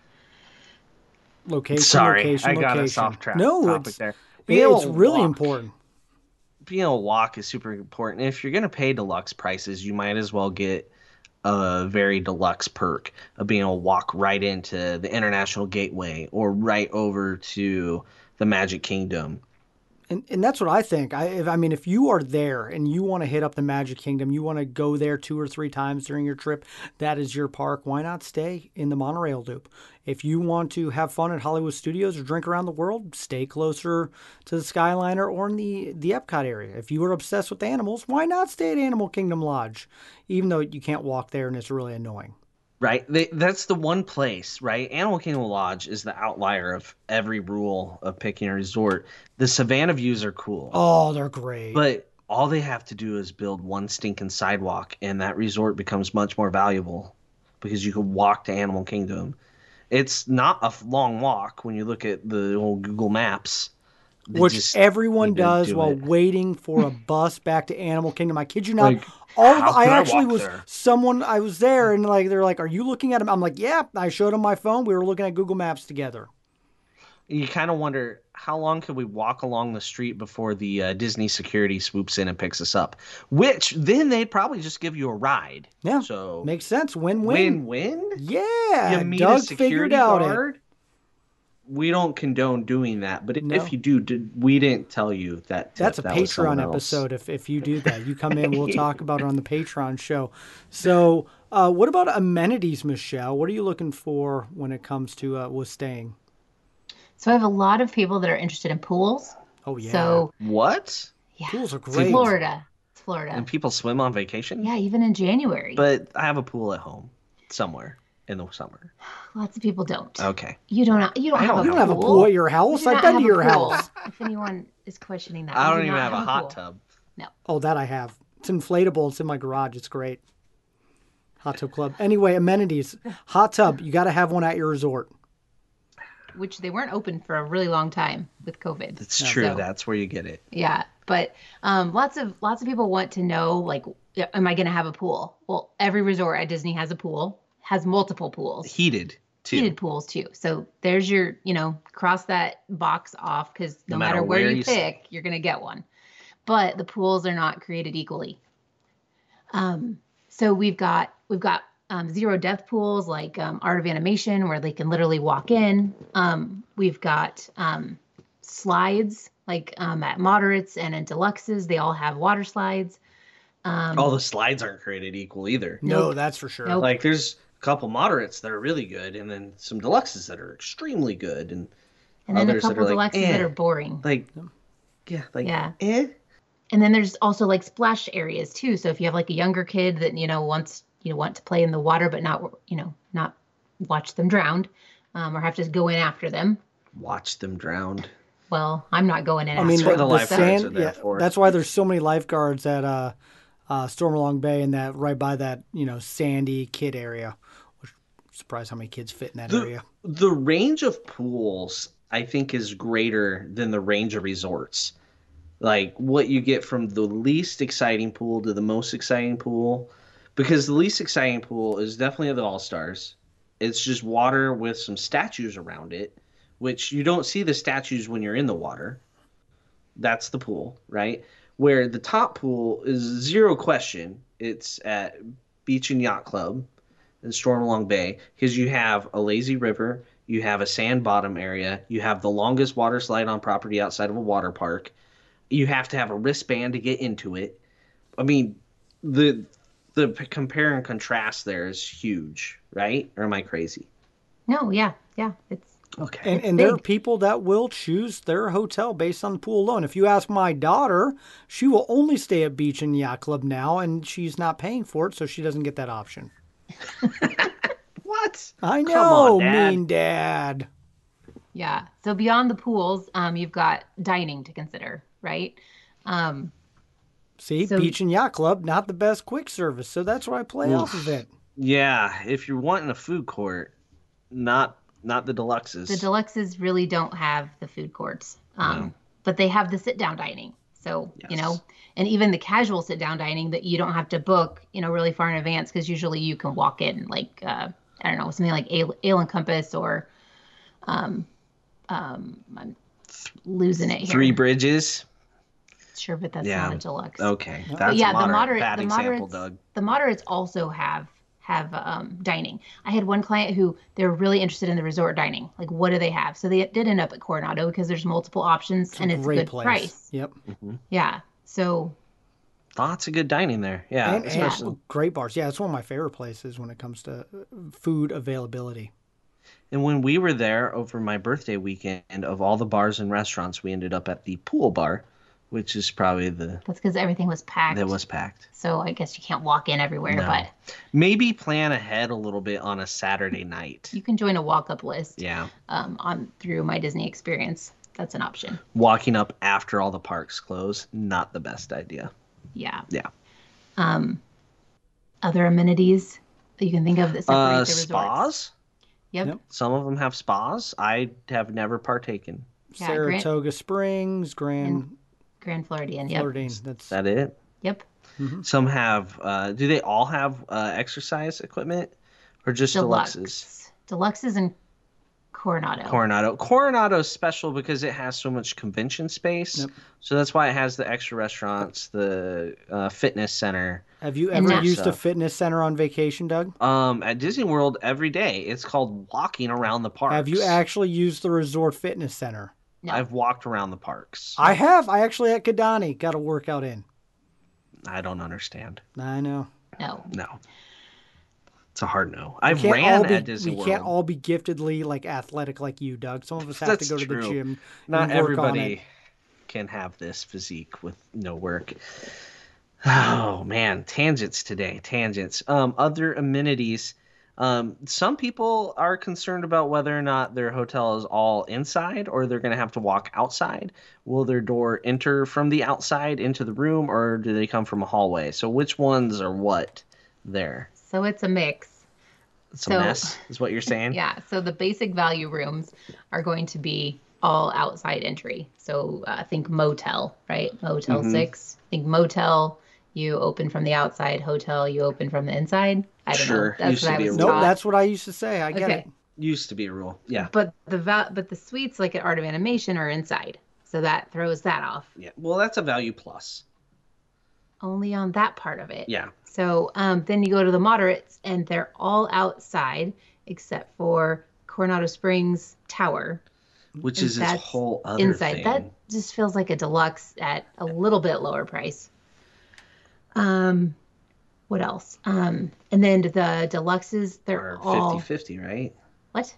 [SPEAKER 1] Location,
[SPEAKER 4] sorry,
[SPEAKER 1] location,
[SPEAKER 4] I got
[SPEAKER 1] location.
[SPEAKER 4] us off track.
[SPEAKER 1] No,
[SPEAKER 4] topic
[SPEAKER 1] it's,
[SPEAKER 4] there. Be able
[SPEAKER 1] it's
[SPEAKER 4] to
[SPEAKER 1] really
[SPEAKER 4] walk.
[SPEAKER 1] important.
[SPEAKER 4] being able to walk is super important. If you're going to pay deluxe prices, you might as well get a very deluxe perk of being able to walk right into the International Gateway or right over to the Magic Kingdom.
[SPEAKER 1] And, and that's what I think. I, if, I mean, if you are there and you want to hit up the Magic Kingdom, you want to go there two or three times during your trip, that is your park. Why not stay in the monorail loop? If you want to have fun at Hollywood Studios or drink around the world, stay closer to the Skyliner or in the, the Epcot area. If you are obsessed with animals, why not stay at Animal Kingdom Lodge? Even though you can't walk there and it's really annoying.
[SPEAKER 4] Right? They, that's the one place, right? Animal Kingdom Lodge is the outlier of every rule of picking a resort. The Savannah views are cool,
[SPEAKER 1] Oh, they're great.
[SPEAKER 4] but all they have to do is build one stinking sidewalk, and that resort becomes much more valuable because you can walk to Animal Kingdom. It's not a f- long walk when you look at the old Google Maps. They
[SPEAKER 1] which
[SPEAKER 4] just
[SPEAKER 1] everyone
[SPEAKER 4] need to
[SPEAKER 1] does
[SPEAKER 4] do
[SPEAKER 1] while
[SPEAKER 4] it.
[SPEAKER 1] waiting for a bus back to Animal Kingdom. I kid you not.
[SPEAKER 4] Like,
[SPEAKER 1] all of,
[SPEAKER 4] how
[SPEAKER 1] I
[SPEAKER 4] could I
[SPEAKER 1] actually
[SPEAKER 4] walk
[SPEAKER 1] was
[SPEAKER 4] there?
[SPEAKER 1] someone I was there and like they're like, "Are you looking at him?" I'm like, "Yeah." I showed him my phone. We were looking at Google Maps together.
[SPEAKER 4] You kind of wonder how long can we walk along the street before the uh, Disney security swoops in and picks us up, which then they'd probably just give you a ride.
[SPEAKER 1] Yeah,
[SPEAKER 4] So
[SPEAKER 1] Makes sense. Win-win.
[SPEAKER 4] win-win.
[SPEAKER 1] Yeah,
[SPEAKER 4] you meet a
[SPEAKER 1] Uh, Doug
[SPEAKER 4] security
[SPEAKER 1] figured out it.
[SPEAKER 4] guard. We don't condone doing that, but
[SPEAKER 1] No.
[SPEAKER 4] if you do, did, we didn't tell you that. tip.
[SPEAKER 1] That's a
[SPEAKER 4] That was someone
[SPEAKER 1] Patreon
[SPEAKER 4] else.
[SPEAKER 1] episode. If, if you do that, you come in. We'll talk about it on the Patreon show. So, uh, what about amenities, Michelle? What are you looking for when it comes to uh, was staying?
[SPEAKER 5] so i have a lot of people that are interested in pools
[SPEAKER 1] Oh yeah,
[SPEAKER 5] so
[SPEAKER 4] What?
[SPEAKER 5] yeah
[SPEAKER 1] pools are
[SPEAKER 4] People-
[SPEAKER 1] great.
[SPEAKER 5] florida it's florida
[SPEAKER 4] And people swim on vacation?
[SPEAKER 5] yeah even in january
[SPEAKER 4] But I have a pool at home somewhere in the summer.
[SPEAKER 5] lots of people don't
[SPEAKER 4] Okay.
[SPEAKER 5] you don't you don't,
[SPEAKER 4] I
[SPEAKER 5] have,
[SPEAKER 4] don't
[SPEAKER 5] a
[SPEAKER 1] You don't have a
[SPEAKER 5] pool.
[SPEAKER 1] pool at your
[SPEAKER 5] You
[SPEAKER 1] house.
[SPEAKER 5] do
[SPEAKER 1] I've
[SPEAKER 5] not
[SPEAKER 1] been
[SPEAKER 5] have
[SPEAKER 1] to
[SPEAKER 5] a
[SPEAKER 1] your
[SPEAKER 5] pool.
[SPEAKER 1] house.
[SPEAKER 5] if anyone is questioning that
[SPEAKER 4] I
[SPEAKER 5] you
[SPEAKER 4] don't
[SPEAKER 5] do
[SPEAKER 4] even
[SPEAKER 5] not
[SPEAKER 4] have a hot
[SPEAKER 5] pool.
[SPEAKER 4] tub.
[SPEAKER 1] Oh, that I have. It's inflatable. It's in my garage. It's great. Hot tub club. Anyway, amenities. Hot tub. You got to have one at your resort.
[SPEAKER 5] which they weren't open for a really long time with covid
[SPEAKER 4] It's true.
[SPEAKER 5] So-
[SPEAKER 4] That's where you get it.
[SPEAKER 5] Yeah, but um, lots of lots of people want to know like, am I going to have a pool? Well, every resort at Disney has a pool, has multiple pools,
[SPEAKER 4] Heated, too.
[SPEAKER 5] heated pools too. So there's your, you know, cross that box off because no, matter, where, you,
[SPEAKER 4] s-
[SPEAKER 5] pick, you're going to get one. But the pools are not created equally. Um, so we've got we've got um, zero death pools like um, Art of Animation where they can literally walk in. Um, we've got um, slides like um, at moderates and at deluxes they all have water slides um,
[SPEAKER 4] All the slides aren't created equal either.
[SPEAKER 1] No, that's for sure.
[SPEAKER 5] Nope.
[SPEAKER 4] Like, there's a couple moderates that are really good, and then some deluxes that are extremely good. And
[SPEAKER 5] and then a
[SPEAKER 4] others that
[SPEAKER 5] couple
[SPEAKER 4] are eh.
[SPEAKER 5] deluxes
[SPEAKER 4] like,
[SPEAKER 5] that
[SPEAKER 4] eh.
[SPEAKER 5] are boring
[SPEAKER 4] like, yeah, like,
[SPEAKER 5] Yeah.
[SPEAKER 4] eh?
[SPEAKER 5] and then there's also like splash areas too. So if you have like a younger kid that you know wants you know want to play in the water but not you know not watch them drowned, um, or have to go in after them.
[SPEAKER 4] Watch them drowned.
[SPEAKER 5] Well, I'm not going in.
[SPEAKER 1] I mean,
[SPEAKER 5] after
[SPEAKER 1] the,
[SPEAKER 4] what the
[SPEAKER 5] them,
[SPEAKER 1] the
[SPEAKER 4] lifeguards
[SPEAKER 5] so-
[SPEAKER 1] sand.
[SPEAKER 4] are there
[SPEAKER 1] yeah,
[SPEAKER 4] for.
[SPEAKER 1] that's why there's so many lifeguards at uh, uh, Stormalong Bay and that right by that you know sandy kid area. Which surprised how many kids fit in that
[SPEAKER 4] The,
[SPEAKER 1] area.
[SPEAKER 4] the range of pools, I think, is greater than the range of resorts. Like what you get from the least exciting pool to the most exciting pool, because the least exciting pool is definitely the All Stars. It's just water with some statues around it, which you don't see the statues when you're in the water. That's the pool, right? Where the top pool is zero question. It's at Beach and Yacht Club in Stormalong Bay because you have a lazy river, you have a sand bottom area, you have the longest water slide on property outside of a water park. You have to have a wristband to get into it. I mean, the the p- compare and contrast there is huge, right? Or am I crazy?
[SPEAKER 5] No, yeah, yeah, it's
[SPEAKER 4] Okay.
[SPEAKER 1] And, and there are
[SPEAKER 5] big.
[SPEAKER 1] people that will choose their hotel based on the pool alone. If you ask my daughter, she will only stay at Beach and Yacht Club now, and she's not paying for it, so she doesn't get that option.
[SPEAKER 4] What?
[SPEAKER 1] I
[SPEAKER 4] Come
[SPEAKER 1] know,
[SPEAKER 4] on, Dad.
[SPEAKER 1] mean dad.
[SPEAKER 5] Yeah. So beyond the pools, um, you've got dining to consider, right? Um,
[SPEAKER 1] See,
[SPEAKER 5] So-
[SPEAKER 1] Beach and Yacht Club, not the best quick service, so that's why I play off of it.
[SPEAKER 4] Yeah, if you're wanting a food court, not not the deluxes.
[SPEAKER 5] the deluxes really don't have the food courts, um,
[SPEAKER 4] No.
[SPEAKER 5] but they have the sit down dining. So, you
[SPEAKER 4] Yes.
[SPEAKER 5] know, and even the casual sit down dining that you don't have to book, you know, really far in advance because usually you can walk in like, uh, I don't know, something like Ale, Ale and Compass or um, um, I'm losing it here.
[SPEAKER 4] Three bridges.
[SPEAKER 5] Sure, but that's
[SPEAKER 4] Yeah. Oh,
[SPEAKER 5] not a deluxe.
[SPEAKER 4] Okay, that's
[SPEAKER 5] But yeah,
[SPEAKER 4] a moderate,
[SPEAKER 5] the moderate,
[SPEAKER 4] bad
[SPEAKER 5] the
[SPEAKER 4] example,
[SPEAKER 5] moderates,
[SPEAKER 4] Doug.
[SPEAKER 5] the moderates also have have um, dining. I had one client who they were really interested in the resort dining. Like, what do they have? So they did end up at Coronado because there's multiple options and it's a
[SPEAKER 1] Great
[SPEAKER 5] good
[SPEAKER 1] place.
[SPEAKER 5] price.
[SPEAKER 1] Yep.
[SPEAKER 5] Yeah. So
[SPEAKER 4] Lots of good dining there. Yeah,
[SPEAKER 1] and, and
[SPEAKER 4] especially.
[SPEAKER 1] great bars. Yeah, it's one of my favorite places when it comes to uh, food availability.
[SPEAKER 4] And when we were there over my birthday weekend, of all the bars and restaurants, we ended up at the pool bar, which is probably the
[SPEAKER 5] that's because everything was packed.
[SPEAKER 4] that was packed.
[SPEAKER 5] So I guess you can't walk in everywhere,
[SPEAKER 4] No.
[SPEAKER 5] but
[SPEAKER 4] Maybe plan ahead a little bit on a Saturday night.
[SPEAKER 5] you can join a walk up list
[SPEAKER 4] Yeah,
[SPEAKER 5] um, on through my Disney experience. That's an option.
[SPEAKER 4] walking up after all the parks close, not the best idea.
[SPEAKER 5] Yeah.
[SPEAKER 4] Yeah,
[SPEAKER 5] Um, other amenities that you can think of that separate the
[SPEAKER 4] uh,
[SPEAKER 5] resorts.
[SPEAKER 4] spas.
[SPEAKER 5] Yep.
[SPEAKER 1] Yep.
[SPEAKER 4] Some of them have spas. I have never partaken.
[SPEAKER 5] Yeah, Grant-
[SPEAKER 1] Saratoga Springs, Grand
[SPEAKER 5] Grand Floridian. Yep.
[SPEAKER 1] Floridian. That's
[SPEAKER 4] Is that it?
[SPEAKER 5] Yep.
[SPEAKER 4] Some have. Uh, do they all have uh, exercise equipment, or just
[SPEAKER 5] Deluxe.
[SPEAKER 4] deluxes?
[SPEAKER 5] Deluxes in Coronado.
[SPEAKER 4] Coronado. Coronado's special because it has so much convention space. So that's why it has the extra restaurants, the uh, fitness center.
[SPEAKER 1] Have you
[SPEAKER 5] And
[SPEAKER 1] ever
[SPEAKER 5] that-
[SPEAKER 1] used a
[SPEAKER 4] Stuff.
[SPEAKER 1] fitness center on vacation, Doug?
[SPEAKER 4] Um, at Disney World every day, it's called walking around the parks.
[SPEAKER 1] Have you actually used the resort fitness center?
[SPEAKER 5] No.
[SPEAKER 4] I've walked around the parks. I,
[SPEAKER 1] I have. I actually at Kidani got a workout in.
[SPEAKER 4] don't understand.
[SPEAKER 1] I know.
[SPEAKER 5] no.
[SPEAKER 4] No, it's a hard no. I
[SPEAKER 1] We can't all
[SPEAKER 4] ran
[SPEAKER 1] be,
[SPEAKER 4] at Disney
[SPEAKER 1] we
[SPEAKER 4] World.
[SPEAKER 1] can't all be giftedly like athletic like you, Doug. Some of us have to
[SPEAKER 4] That's
[SPEAKER 1] go to the
[SPEAKER 4] true.
[SPEAKER 1] gym. and
[SPEAKER 4] Not
[SPEAKER 1] work On it.
[SPEAKER 4] everybody can have this physique with no work. Oh man, tangents today, tangents. Um, other amenities. Um, some people are concerned about whether or not their hotel is all inside or they're going to have to walk outside. Will their door enter from the outside into the room or do they come from a hallway? So which ones are what there?
[SPEAKER 5] So it's a mix.
[SPEAKER 4] It's
[SPEAKER 5] So-
[SPEAKER 4] a mess, is what you're saying?
[SPEAKER 5] Yeah. So the basic value rooms are going to be all outside entry. So uh, think motel, right? Motel
[SPEAKER 4] Mm-hmm.
[SPEAKER 5] six. Think motel. You open from the outside. Hotel. You open from the inside. I don't
[SPEAKER 4] Sure,
[SPEAKER 5] know. That's
[SPEAKER 4] used
[SPEAKER 5] what
[SPEAKER 4] to
[SPEAKER 5] I
[SPEAKER 4] be a
[SPEAKER 5] was
[SPEAKER 4] rule.
[SPEAKER 1] Nope,
[SPEAKER 5] taught.
[SPEAKER 1] that's what I used to say. I get
[SPEAKER 5] okay.
[SPEAKER 1] it.
[SPEAKER 4] Used to be a rule. Yeah.
[SPEAKER 5] But the va- but the suites like at Art of Animation are inside. So that throws that off.
[SPEAKER 4] Yeah. Well, that's a value plus.
[SPEAKER 5] Only on that part of it.
[SPEAKER 4] Yeah.
[SPEAKER 5] So um, then you go to the moderates, and they're all outside except for Coronado Springs Tower
[SPEAKER 4] Which
[SPEAKER 5] And
[SPEAKER 4] is this
[SPEAKER 5] that's
[SPEAKER 4] whole other
[SPEAKER 5] inside.
[SPEAKER 4] thing.
[SPEAKER 5] That just feels like a deluxe at a little bit lower price. Um, what else? Um, and then the deluxes, they're
[SPEAKER 4] or
[SPEAKER 5] all
[SPEAKER 4] 50 50, right?
[SPEAKER 5] what?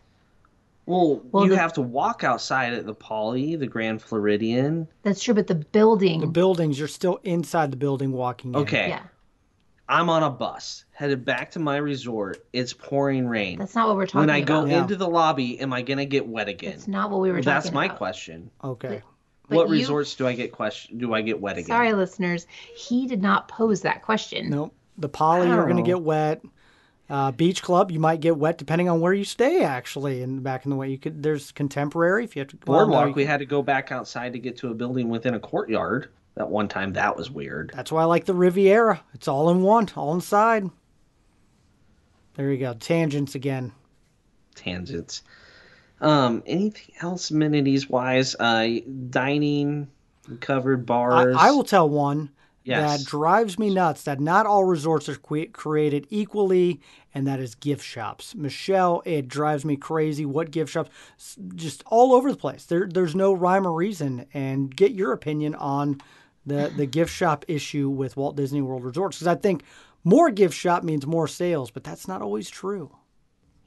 [SPEAKER 4] Well,
[SPEAKER 5] Well,
[SPEAKER 4] you
[SPEAKER 5] the-
[SPEAKER 4] have to walk outside at the Poly, the Grand Floridian.
[SPEAKER 5] That's true, but the building.
[SPEAKER 1] The buildings, you're still inside the building walking in.
[SPEAKER 4] Okay,
[SPEAKER 5] yeah,
[SPEAKER 4] I'm on a bus headed back to my resort. It's pouring rain.
[SPEAKER 5] that's not what we're talking
[SPEAKER 4] When I go
[SPEAKER 5] about.
[SPEAKER 1] Yeah.
[SPEAKER 4] into the lobby, am I gonna get wet again?
[SPEAKER 5] That's not what we were
[SPEAKER 4] Well,
[SPEAKER 5] talking
[SPEAKER 4] That's my
[SPEAKER 5] about.
[SPEAKER 4] question.
[SPEAKER 1] Okay.
[SPEAKER 5] But
[SPEAKER 4] what
[SPEAKER 5] you-
[SPEAKER 4] resorts do I get question? Do I get wet again?
[SPEAKER 5] Sorry, listeners. He did not pose that question.
[SPEAKER 1] Nope. The poly, you're going to
[SPEAKER 4] Wow.
[SPEAKER 1] get wet. Uh, beach club, you might get wet depending on where you stay, actually. And back in the way, you could there's contemporary if you have to. well, no,
[SPEAKER 4] Boardwalk.
[SPEAKER 1] you-
[SPEAKER 4] we had to go back outside to get to a building within a courtyard. That one time, that was weird.
[SPEAKER 1] That's why I like the Riviera. It's all in one, all inside. There you go. Tangents again.
[SPEAKER 4] Tangents. Um, anything else amenities wise? Uh, dining, covered
[SPEAKER 1] I,
[SPEAKER 4] bars.
[SPEAKER 1] I will tell one
[SPEAKER 4] Yes.
[SPEAKER 1] that drives me nuts that not all resorts are que- created equally, and that is gift shops. Michelle, it drives me crazy. What gift shops? S- Just all over the place. There, there's no rhyme or reason. And get your opinion on the the gift shop issue with Walt Disney World resorts, because I think more gift shop means more sales, but that's not always true.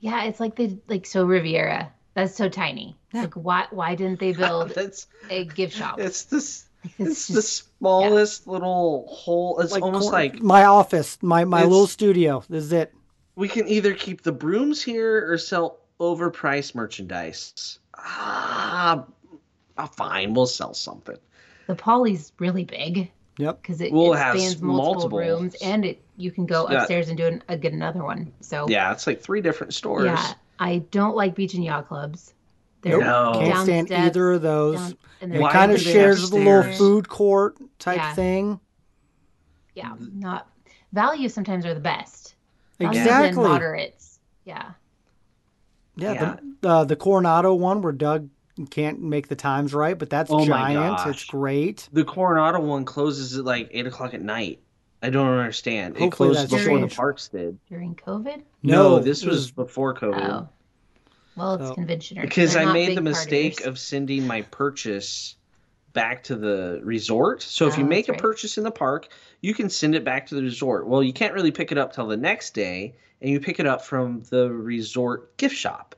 [SPEAKER 5] Yeah, it's like the like so Riviera. That's so tiny. Like why why didn't they build
[SPEAKER 4] That's
[SPEAKER 5] a gift shop?
[SPEAKER 4] it's this. It's
[SPEAKER 5] It's
[SPEAKER 4] the smallest little hole. It's almost
[SPEAKER 1] cor-
[SPEAKER 4] like
[SPEAKER 1] my office, my my little
[SPEAKER 4] It's-
[SPEAKER 1] studio. This is it.
[SPEAKER 4] we can either keep the brooms here or sell overpriced merchandise. Ah, ah, fine, we'll sell something.
[SPEAKER 5] The Poly's really big
[SPEAKER 1] Yep.
[SPEAKER 5] because it
[SPEAKER 4] Well, it has
[SPEAKER 5] expands multiple,
[SPEAKER 4] multiple-
[SPEAKER 5] rooms and it you can go
[SPEAKER 4] Yeah.
[SPEAKER 5] upstairs and do an, a, get another one. So
[SPEAKER 4] Yeah, it's like three different stores.
[SPEAKER 5] yeah, I don't like beach and yacht clubs. They're
[SPEAKER 1] Nope.
[SPEAKER 4] No.
[SPEAKER 1] Can't
[SPEAKER 5] down
[SPEAKER 1] stand
[SPEAKER 5] steps,
[SPEAKER 1] either of those.
[SPEAKER 5] down- and
[SPEAKER 1] It
[SPEAKER 5] they're
[SPEAKER 4] Why
[SPEAKER 1] kind of
[SPEAKER 4] do they
[SPEAKER 1] shares
[SPEAKER 4] have
[SPEAKER 1] the little
[SPEAKER 4] stairs?
[SPEAKER 1] food court type
[SPEAKER 5] Yeah.
[SPEAKER 1] thing.
[SPEAKER 5] Yeah, not value sometimes are the best. Value than
[SPEAKER 1] Exactly.
[SPEAKER 5] moderates. Yeah.
[SPEAKER 1] Yeah, The, uh, the Coronado one where Doug can't make the times right, but that's
[SPEAKER 4] Oh my
[SPEAKER 1] giant. It's
[SPEAKER 4] gosh.
[SPEAKER 1] great.
[SPEAKER 4] The Coronado one closes at like eight o'clock at night. I don't understand. it
[SPEAKER 1] Hopefully
[SPEAKER 4] closed
[SPEAKER 1] that's
[SPEAKER 4] before
[SPEAKER 1] strange.
[SPEAKER 4] the parks did.
[SPEAKER 5] During COVID?
[SPEAKER 1] No,
[SPEAKER 4] No, this
[SPEAKER 1] it was-
[SPEAKER 4] was before COVID.
[SPEAKER 5] Oh. Well, it's
[SPEAKER 1] So-
[SPEAKER 5] conventioners.
[SPEAKER 4] because
[SPEAKER 5] They're
[SPEAKER 4] I
[SPEAKER 5] not
[SPEAKER 4] made the
[SPEAKER 5] big
[SPEAKER 4] mistake
[SPEAKER 5] partiers.
[SPEAKER 4] of sending my purchase back to the resort. So if you
[SPEAKER 5] Oh,
[SPEAKER 4] make
[SPEAKER 5] that's
[SPEAKER 4] a
[SPEAKER 5] right.
[SPEAKER 4] purchase in the park, you can send it back to the resort. Well, you can't really pick it up till the next day, and you pick it up from the resort gift shop.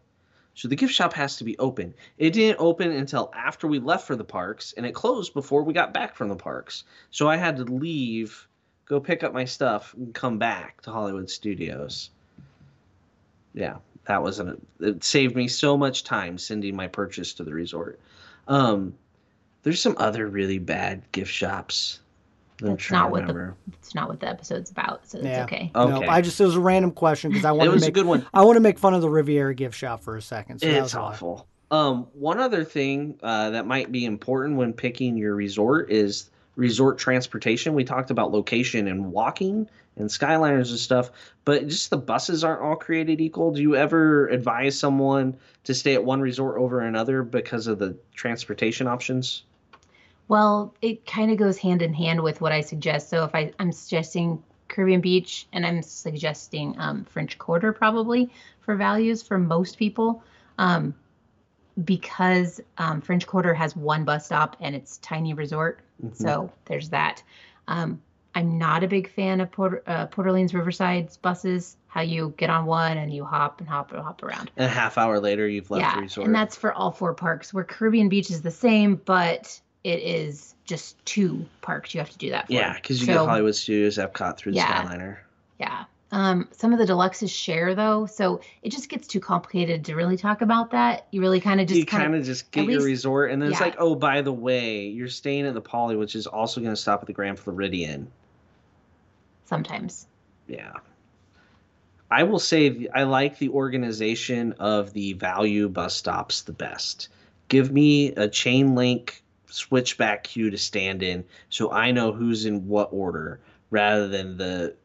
[SPEAKER 4] So the gift shop has to be open. It didn't open until after we left for the parks, and it closed before we got back from the parks. So I had to leave, go pick up my stuff, and come back to Hollywood Studios. Yeah, that was an it saved me so much time sending my purchase to the resort. Um, there's some other really bad gift shops. that I'm
[SPEAKER 5] That's
[SPEAKER 4] trying
[SPEAKER 5] not
[SPEAKER 4] to
[SPEAKER 5] what the-
[SPEAKER 4] remember.
[SPEAKER 5] it's not what the episode's about, so it's
[SPEAKER 1] Yeah.
[SPEAKER 5] okay.
[SPEAKER 1] No,
[SPEAKER 4] Okay.
[SPEAKER 1] I just it was a random question because I
[SPEAKER 4] it
[SPEAKER 1] wanted to
[SPEAKER 4] was
[SPEAKER 1] make
[SPEAKER 4] a good one.
[SPEAKER 1] I want to make fun of the Riviera gift shop for a second. So that
[SPEAKER 4] it's
[SPEAKER 1] was why.
[SPEAKER 4] awful. Um, one other thing uh, that might be important when picking your resort is resort transportation. We talked about location and walking and skyliners and stuff, but just the buses aren't all created equal. Do you ever advise someone to stay at one resort over another because of the transportation options?
[SPEAKER 5] Well, it kind of goes hand in hand with what I suggest. So if I, I'm suggesting Caribbean Beach and I'm suggesting um, French Quarter probably for values for most people, um, because um, French Quarter has one bus stop and it's tiny resort. So there's that. Um, I'm not a big fan of Port, uh, Port Orleans Riverside's buses. How you get on one and you hop and hop and hop around.
[SPEAKER 4] And a half hour later, you've left the resort.
[SPEAKER 5] And that's for all four parks. Where Caribbean Beach is the same, but it is just two parks you have to do that for.
[SPEAKER 4] yeah, because you
[SPEAKER 5] So-
[SPEAKER 4] get Hollywood Studios, Epcot through the
[SPEAKER 5] Yeah.
[SPEAKER 4] Skyliner.
[SPEAKER 5] Yeah. Um, some of the deluxes share though, so it just gets too complicated to really talk about that. You really kind of
[SPEAKER 4] you
[SPEAKER 5] just
[SPEAKER 4] kind
[SPEAKER 5] kind of
[SPEAKER 4] of just get
[SPEAKER 5] at
[SPEAKER 4] your
[SPEAKER 5] least-
[SPEAKER 4] resort, and then it's
[SPEAKER 5] yeah.
[SPEAKER 4] like, oh, by the way, you're staying at the Poly, which is also going to stop at the Grand Floridian.
[SPEAKER 5] sometimes.
[SPEAKER 4] Yeah, I will say th- I like the organization of the value bus stops the best. Give me a chain link switchback queue to stand in, so I know who's in what order, rather than the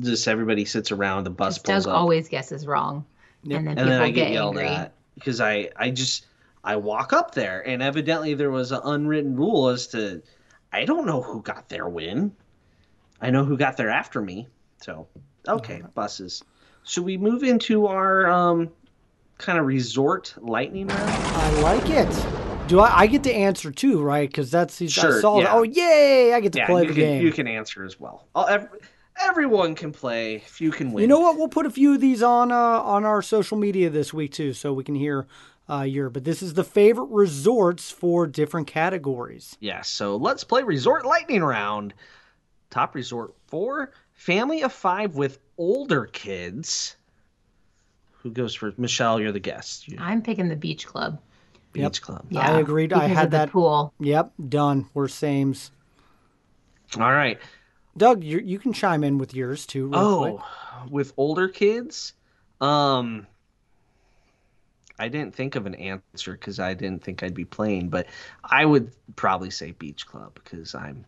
[SPEAKER 4] just everybody sits around the bus.
[SPEAKER 5] Because Doug
[SPEAKER 4] pulls up.
[SPEAKER 5] always guesses wrong.
[SPEAKER 1] Yep.
[SPEAKER 5] And then
[SPEAKER 4] and
[SPEAKER 5] people
[SPEAKER 4] then I
[SPEAKER 5] get,
[SPEAKER 4] get yelled
[SPEAKER 5] angry.
[SPEAKER 4] at because I I just I walk up there and evidently there was an unwritten rule as to I don't know who got there when. I know who got there after me. So okay, buses. Should we move into our um kind of resort lightning round?
[SPEAKER 1] I like it. Do I, I get to answer too, right? Because that's these I
[SPEAKER 4] Sure,
[SPEAKER 1] saw
[SPEAKER 4] yeah.
[SPEAKER 1] oh yay, I get to play
[SPEAKER 4] you
[SPEAKER 1] the
[SPEAKER 4] can
[SPEAKER 1] game.
[SPEAKER 4] you can answer as well. I'll, ev- everyone can play if you can win.
[SPEAKER 1] You know what? We'll put a few of these on uh, on our social media this week too, so we can hear uh, year. But this is the favorite resorts for different categories.
[SPEAKER 4] Yeah, so let's play Resort Lightning Round. Top Resort 4, family of five with older kids. Who goes for Michelle? You're the guest. You-
[SPEAKER 5] I'm picking the beach club.
[SPEAKER 4] Beach Club.
[SPEAKER 5] Yeah,
[SPEAKER 1] I agreed. I
[SPEAKER 5] because
[SPEAKER 1] had
[SPEAKER 5] of the
[SPEAKER 1] that.
[SPEAKER 5] pool.
[SPEAKER 1] Yep, done. We're sames.
[SPEAKER 4] All right.
[SPEAKER 1] Doug, you you can chime in with yours too. Real
[SPEAKER 4] Oh,
[SPEAKER 1] quick.
[SPEAKER 4] with older kids, um, I didn't think of an answer because I didn't think I'd be playing, but I would probably say Beach Club because I'm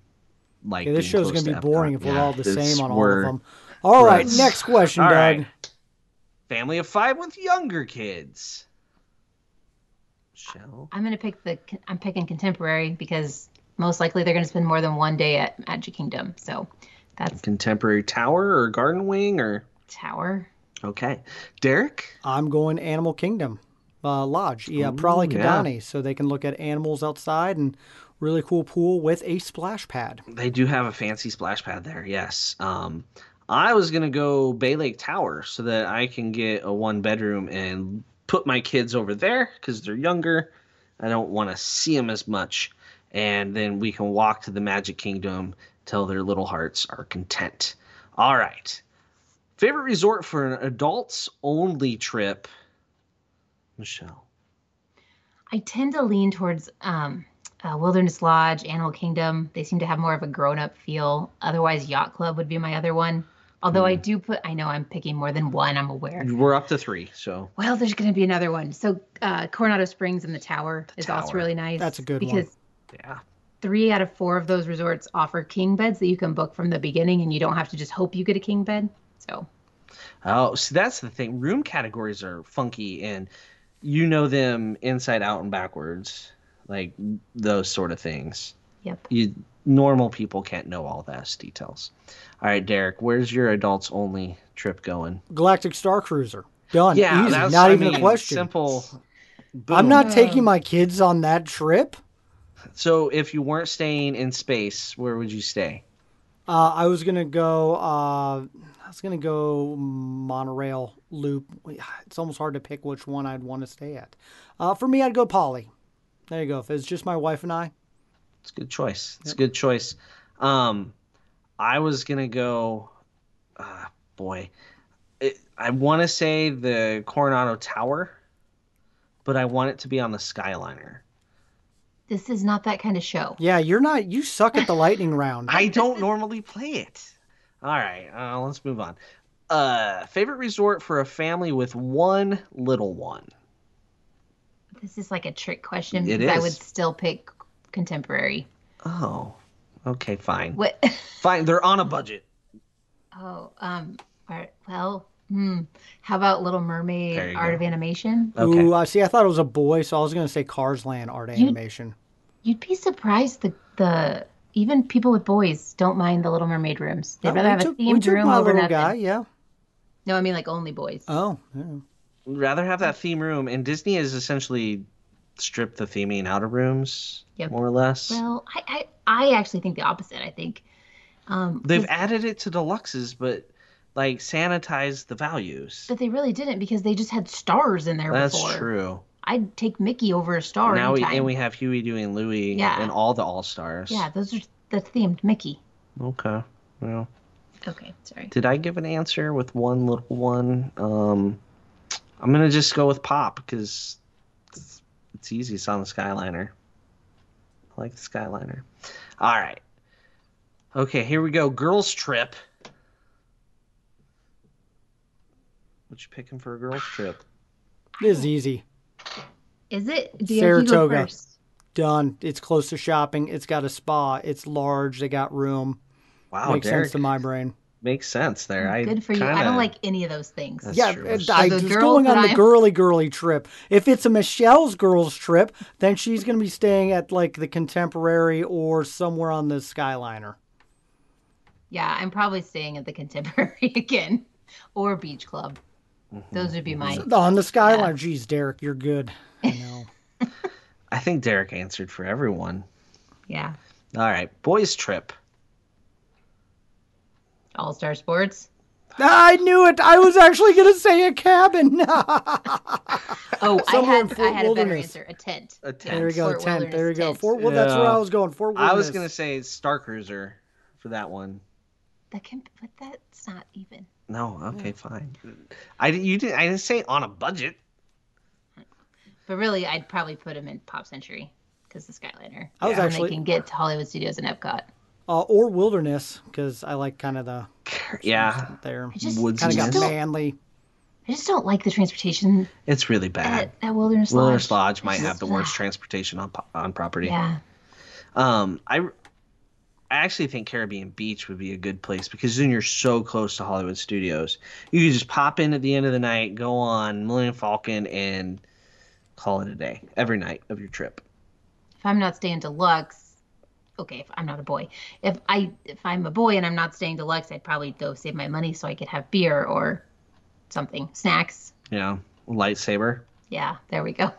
[SPEAKER 4] like.
[SPEAKER 1] Okay, this
[SPEAKER 4] being
[SPEAKER 1] show's
[SPEAKER 4] close
[SPEAKER 1] gonna be
[SPEAKER 4] Epcot.
[SPEAKER 1] boring if we're
[SPEAKER 4] Yeah,
[SPEAKER 1] all the
[SPEAKER 4] it's-
[SPEAKER 1] same on all of
[SPEAKER 4] we're-
[SPEAKER 1] them. All right,
[SPEAKER 4] let's-
[SPEAKER 1] next question,
[SPEAKER 4] All
[SPEAKER 1] Doug.
[SPEAKER 4] right. Family of five with younger kids. Shell.
[SPEAKER 5] I'm gonna pick the. I'm picking contemporary because most likely they're gonna spend more than one day at Magic Kingdom. So that's
[SPEAKER 4] Contemporary Tower or Garden Wing or.
[SPEAKER 5] Tower.
[SPEAKER 4] Okay. Derek?
[SPEAKER 1] I'm going Animal Kingdom uh, Lodge. Yeah, probably
[SPEAKER 4] yeah.
[SPEAKER 1] Kidani, so they can look at animals outside and really cool pool with a splash pad.
[SPEAKER 4] They do have a fancy splash pad there, yes. Um, I was gonna go Bay Lake Tower so that I can get a one bedroom and put my kids over there because they're younger. I don't want to see them as much, and then we can walk to the Magic Kingdom till their little hearts are content. All right, favorite resort for an adults only trip, Michelle.
[SPEAKER 5] I tend to lean towards um, uh, Wilderness Lodge, Animal Kingdom. They seem to have more of a grown-up feel. Otherwise, Yacht Club would be my other one. Although I do put. I know I'm picking more than one. I'm aware.
[SPEAKER 4] We're up to three, so
[SPEAKER 5] Well, there's going to be another one. So uh, Coronado Springs and the Tower is also
[SPEAKER 4] Tower.
[SPEAKER 5] really nice.
[SPEAKER 1] That's a good one.
[SPEAKER 5] because
[SPEAKER 4] yeah.
[SPEAKER 5] three out of four of those resorts offer king beds that you can book from the beginning, and you don't have to just hope you get a king bed. So
[SPEAKER 4] Oh, see, that's the thing. Room categories are funky, and you know them inside out and backwards, like those sort of things.
[SPEAKER 5] Yep.
[SPEAKER 4] You normal people can't know all those details. All right, Derek, where's your adults only trip going?
[SPEAKER 1] Galactic Star Cruiser. Done.
[SPEAKER 4] Yeah,
[SPEAKER 1] Easy.
[SPEAKER 4] that's
[SPEAKER 1] Not
[SPEAKER 4] I
[SPEAKER 1] even a
[SPEAKER 4] mean,
[SPEAKER 1] question.
[SPEAKER 4] Simple.
[SPEAKER 1] I'm not
[SPEAKER 5] Boom.
[SPEAKER 1] taking my kids on that trip.
[SPEAKER 4] So, if you weren't staying in space, where would you stay?
[SPEAKER 1] Uh, I was gonna go. Uh, I was gonna go monorail loop. It's almost hard to pick which one I'd want to stay at. Uh, for me, I'd go Polly. There you go. If it's just my wife and I,
[SPEAKER 4] It's a good choice. It's a good choice. Um, I was gonna go. Uh, boy, it, I want to say the Coronado Tower, but I want it to be on the Skyliner.
[SPEAKER 5] this is not that kind of show.
[SPEAKER 1] yeah, you're not. You suck at the lightning round.
[SPEAKER 4] I don't normally play it. All right, uh, let's move on. Uh, favorite resort for a family with one little one.
[SPEAKER 5] This is like a trick question
[SPEAKER 4] It
[SPEAKER 5] because I
[SPEAKER 4] is.
[SPEAKER 5] would still pick contemporary.
[SPEAKER 4] Oh, okay, fine,
[SPEAKER 5] What?
[SPEAKER 4] fine. They're on a budget.
[SPEAKER 5] oh, um, art, well, hmm. How about Little
[SPEAKER 4] There
[SPEAKER 5] Mermaid,
[SPEAKER 4] you
[SPEAKER 5] Art
[SPEAKER 4] go.
[SPEAKER 5] of Animation?
[SPEAKER 4] Okay.
[SPEAKER 1] Ooh, I see. I thought it was a boy, so I was gonna say Cars Land art animation.
[SPEAKER 5] You'd be surprised the the even people with boys don't mind the Little Mermaid rooms. They'd
[SPEAKER 1] Oh,
[SPEAKER 5] rather
[SPEAKER 1] we
[SPEAKER 5] have
[SPEAKER 1] took-
[SPEAKER 5] a
[SPEAKER 1] we
[SPEAKER 5] themed
[SPEAKER 1] took
[SPEAKER 5] room
[SPEAKER 1] my
[SPEAKER 5] over
[SPEAKER 1] little
[SPEAKER 5] nothing.
[SPEAKER 1] guy. Yeah.
[SPEAKER 5] No, I mean like only boys.
[SPEAKER 1] Oh. yeah.
[SPEAKER 4] rather have that theme room and disney has essentially stripped the theming out of rooms
[SPEAKER 5] Yep.
[SPEAKER 4] more or less
[SPEAKER 5] Well, I, I I actually think the opposite. I think um,
[SPEAKER 4] they've
[SPEAKER 5] 'cause-
[SPEAKER 4] added it to deluxes but like sanitized the values
[SPEAKER 5] but they really didn't because they just had stars in there
[SPEAKER 4] that's
[SPEAKER 5] before.
[SPEAKER 4] true
[SPEAKER 5] I'd take Mickey over a star
[SPEAKER 4] now
[SPEAKER 5] any
[SPEAKER 4] we,
[SPEAKER 5] time.
[SPEAKER 4] and we have huey dewey and louie
[SPEAKER 5] Yeah.
[SPEAKER 4] and all the all-stars
[SPEAKER 5] yeah, those are the themed Mickey.
[SPEAKER 4] okay well
[SPEAKER 5] Okay, sorry.
[SPEAKER 4] did i give an answer with one little one um i'm gonna just go with pop because it's, it's easy it's on the skyliner i like the skyliner all right okay here we go girls trip what you picking for a girls trip
[SPEAKER 1] This is easy.
[SPEAKER 5] Is it Derek, you go
[SPEAKER 1] Saratoga.
[SPEAKER 5] first?
[SPEAKER 1] Done. It's close to shopping. It's got a spa. It's large. They got room.
[SPEAKER 5] Oh,
[SPEAKER 4] wow
[SPEAKER 1] Makes
[SPEAKER 4] Derek,
[SPEAKER 1] sense to my brain.
[SPEAKER 4] makes sense there I
[SPEAKER 5] Good for you. I
[SPEAKER 4] kinda-
[SPEAKER 5] don't like any of those things.
[SPEAKER 4] That's
[SPEAKER 1] yeah,
[SPEAKER 4] true.
[SPEAKER 1] it- I
[SPEAKER 5] the
[SPEAKER 1] was
[SPEAKER 5] girls
[SPEAKER 1] going
[SPEAKER 5] that
[SPEAKER 1] on the
[SPEAKER 5] I'm-
[SPEAKER 1] girly girly trip. If it's a Michelle's girls trip, then she's going to be staying at like the Contemporary or somewhere on the Skyliner.
[SPEAKER 5] Yeah, I'm probably staying at the Contemporary again or Beach Club.
[SPEAKER 4] Mm-hmm.
[SPEAKER 5] Those would be my.
[SPEAKER 1] On the Skyliner, geez, Derek, you're good. I know.
[SPEAKER 4] I think Derek answered for everyone
[SPEAKER 5] Yeah,
[SPEAKER 4] all right boys trip
[SPEAKER 5] All Star Sports.
[SPEAKER 1] I knew it. I was actually going to say a cabin.
[SPEAKER 5] Oh, I
[SPEAKER 1] Somewhere in
[SPEAKER 5] had I
[SPEAKER 1] Fort
[SPEAKER 5] had a better
[SPEAKER 1] Wilderness.
[SPEAKER 5] answer. A tent.
[SPEAKER 4] A
[SPEAKER 5] Yeah,
[SPEAKER 4] tent.
[SPEAKER 1] there we go.
[SPEAKER 5] Fort
[SPEAKER 1] Tent. There we
[SPEAKER 5] Wilderness
[SPEAKER 1] go.
[SPEAKER 5] tent.
[SPEAKER 1] Fort. Well, that's where
[SPEAKER 4] Yeah.
[SPEAKER 1] I was going. Fort
[SPEAKER 4] I was
[SPEAKER 1] Wilderness.
[SPEAKER 4] gonna say Star Cruiser for that one.
[SPEAKER 5] That can, but that's not even.
[SPEAKER 4] No, okay, fine. I di- you did I didn't say on a budget.
[SPEAKER 5] But really, I'd probably put him in Pop Century because the Skyliner.
[SPEAKER 1] I was
[SPEAKER 5] when
[SPEAKER 1] actually-
[SPEAKER 5] they can get to Hollywood Studios and Epcot.
[SPEAKER 1] uh, or Wilderness because I like kind of the
[SPEAKER 4] Yeah,
[SPEAKER 1] there.
[SPEAKER 5] I just,
[SPEAKER 4] Woods
[SPEAKER 5] I
[SPEAKER 1] Kind of
[SPEAKER 5] just
[SPEAKER 1] got
[SPEAKER 5] don't,
[SPEAKER 1] manly.
[SPEAKER 5] I just don't like the transportation
[SPEAKER 4] it's really bad.
[SPEAKER 5] at, at Wilderness Lodge.
[SPEAKER 4] Wilderness Lodge might
[SPEAKER 5] It's
[SPEAKER 4] have the
[SPEAKER 5] just-
[SPEAKER 4] worst transportation on po- on property.
[SPEAKER 5] Yeah.
[SPEAKER 4] Um, I I actually think Caribbean Beach would be a good place because then you're so close to Hollywood Studios. You could just pop in at the end of the night, go on Millennium Falcon, and call it a day every night of your trip.
[SPEAKER 5] If I'm not staying deluxe, okay. If I'm not a boy, if I if I'm a boy and I'm not staying deluxe, I'd probably go save my money so I could have beer or something, snacks.
[SPEAKER 4] You know, lightsaber,
[SPEAKER 5] Yeah, there we go.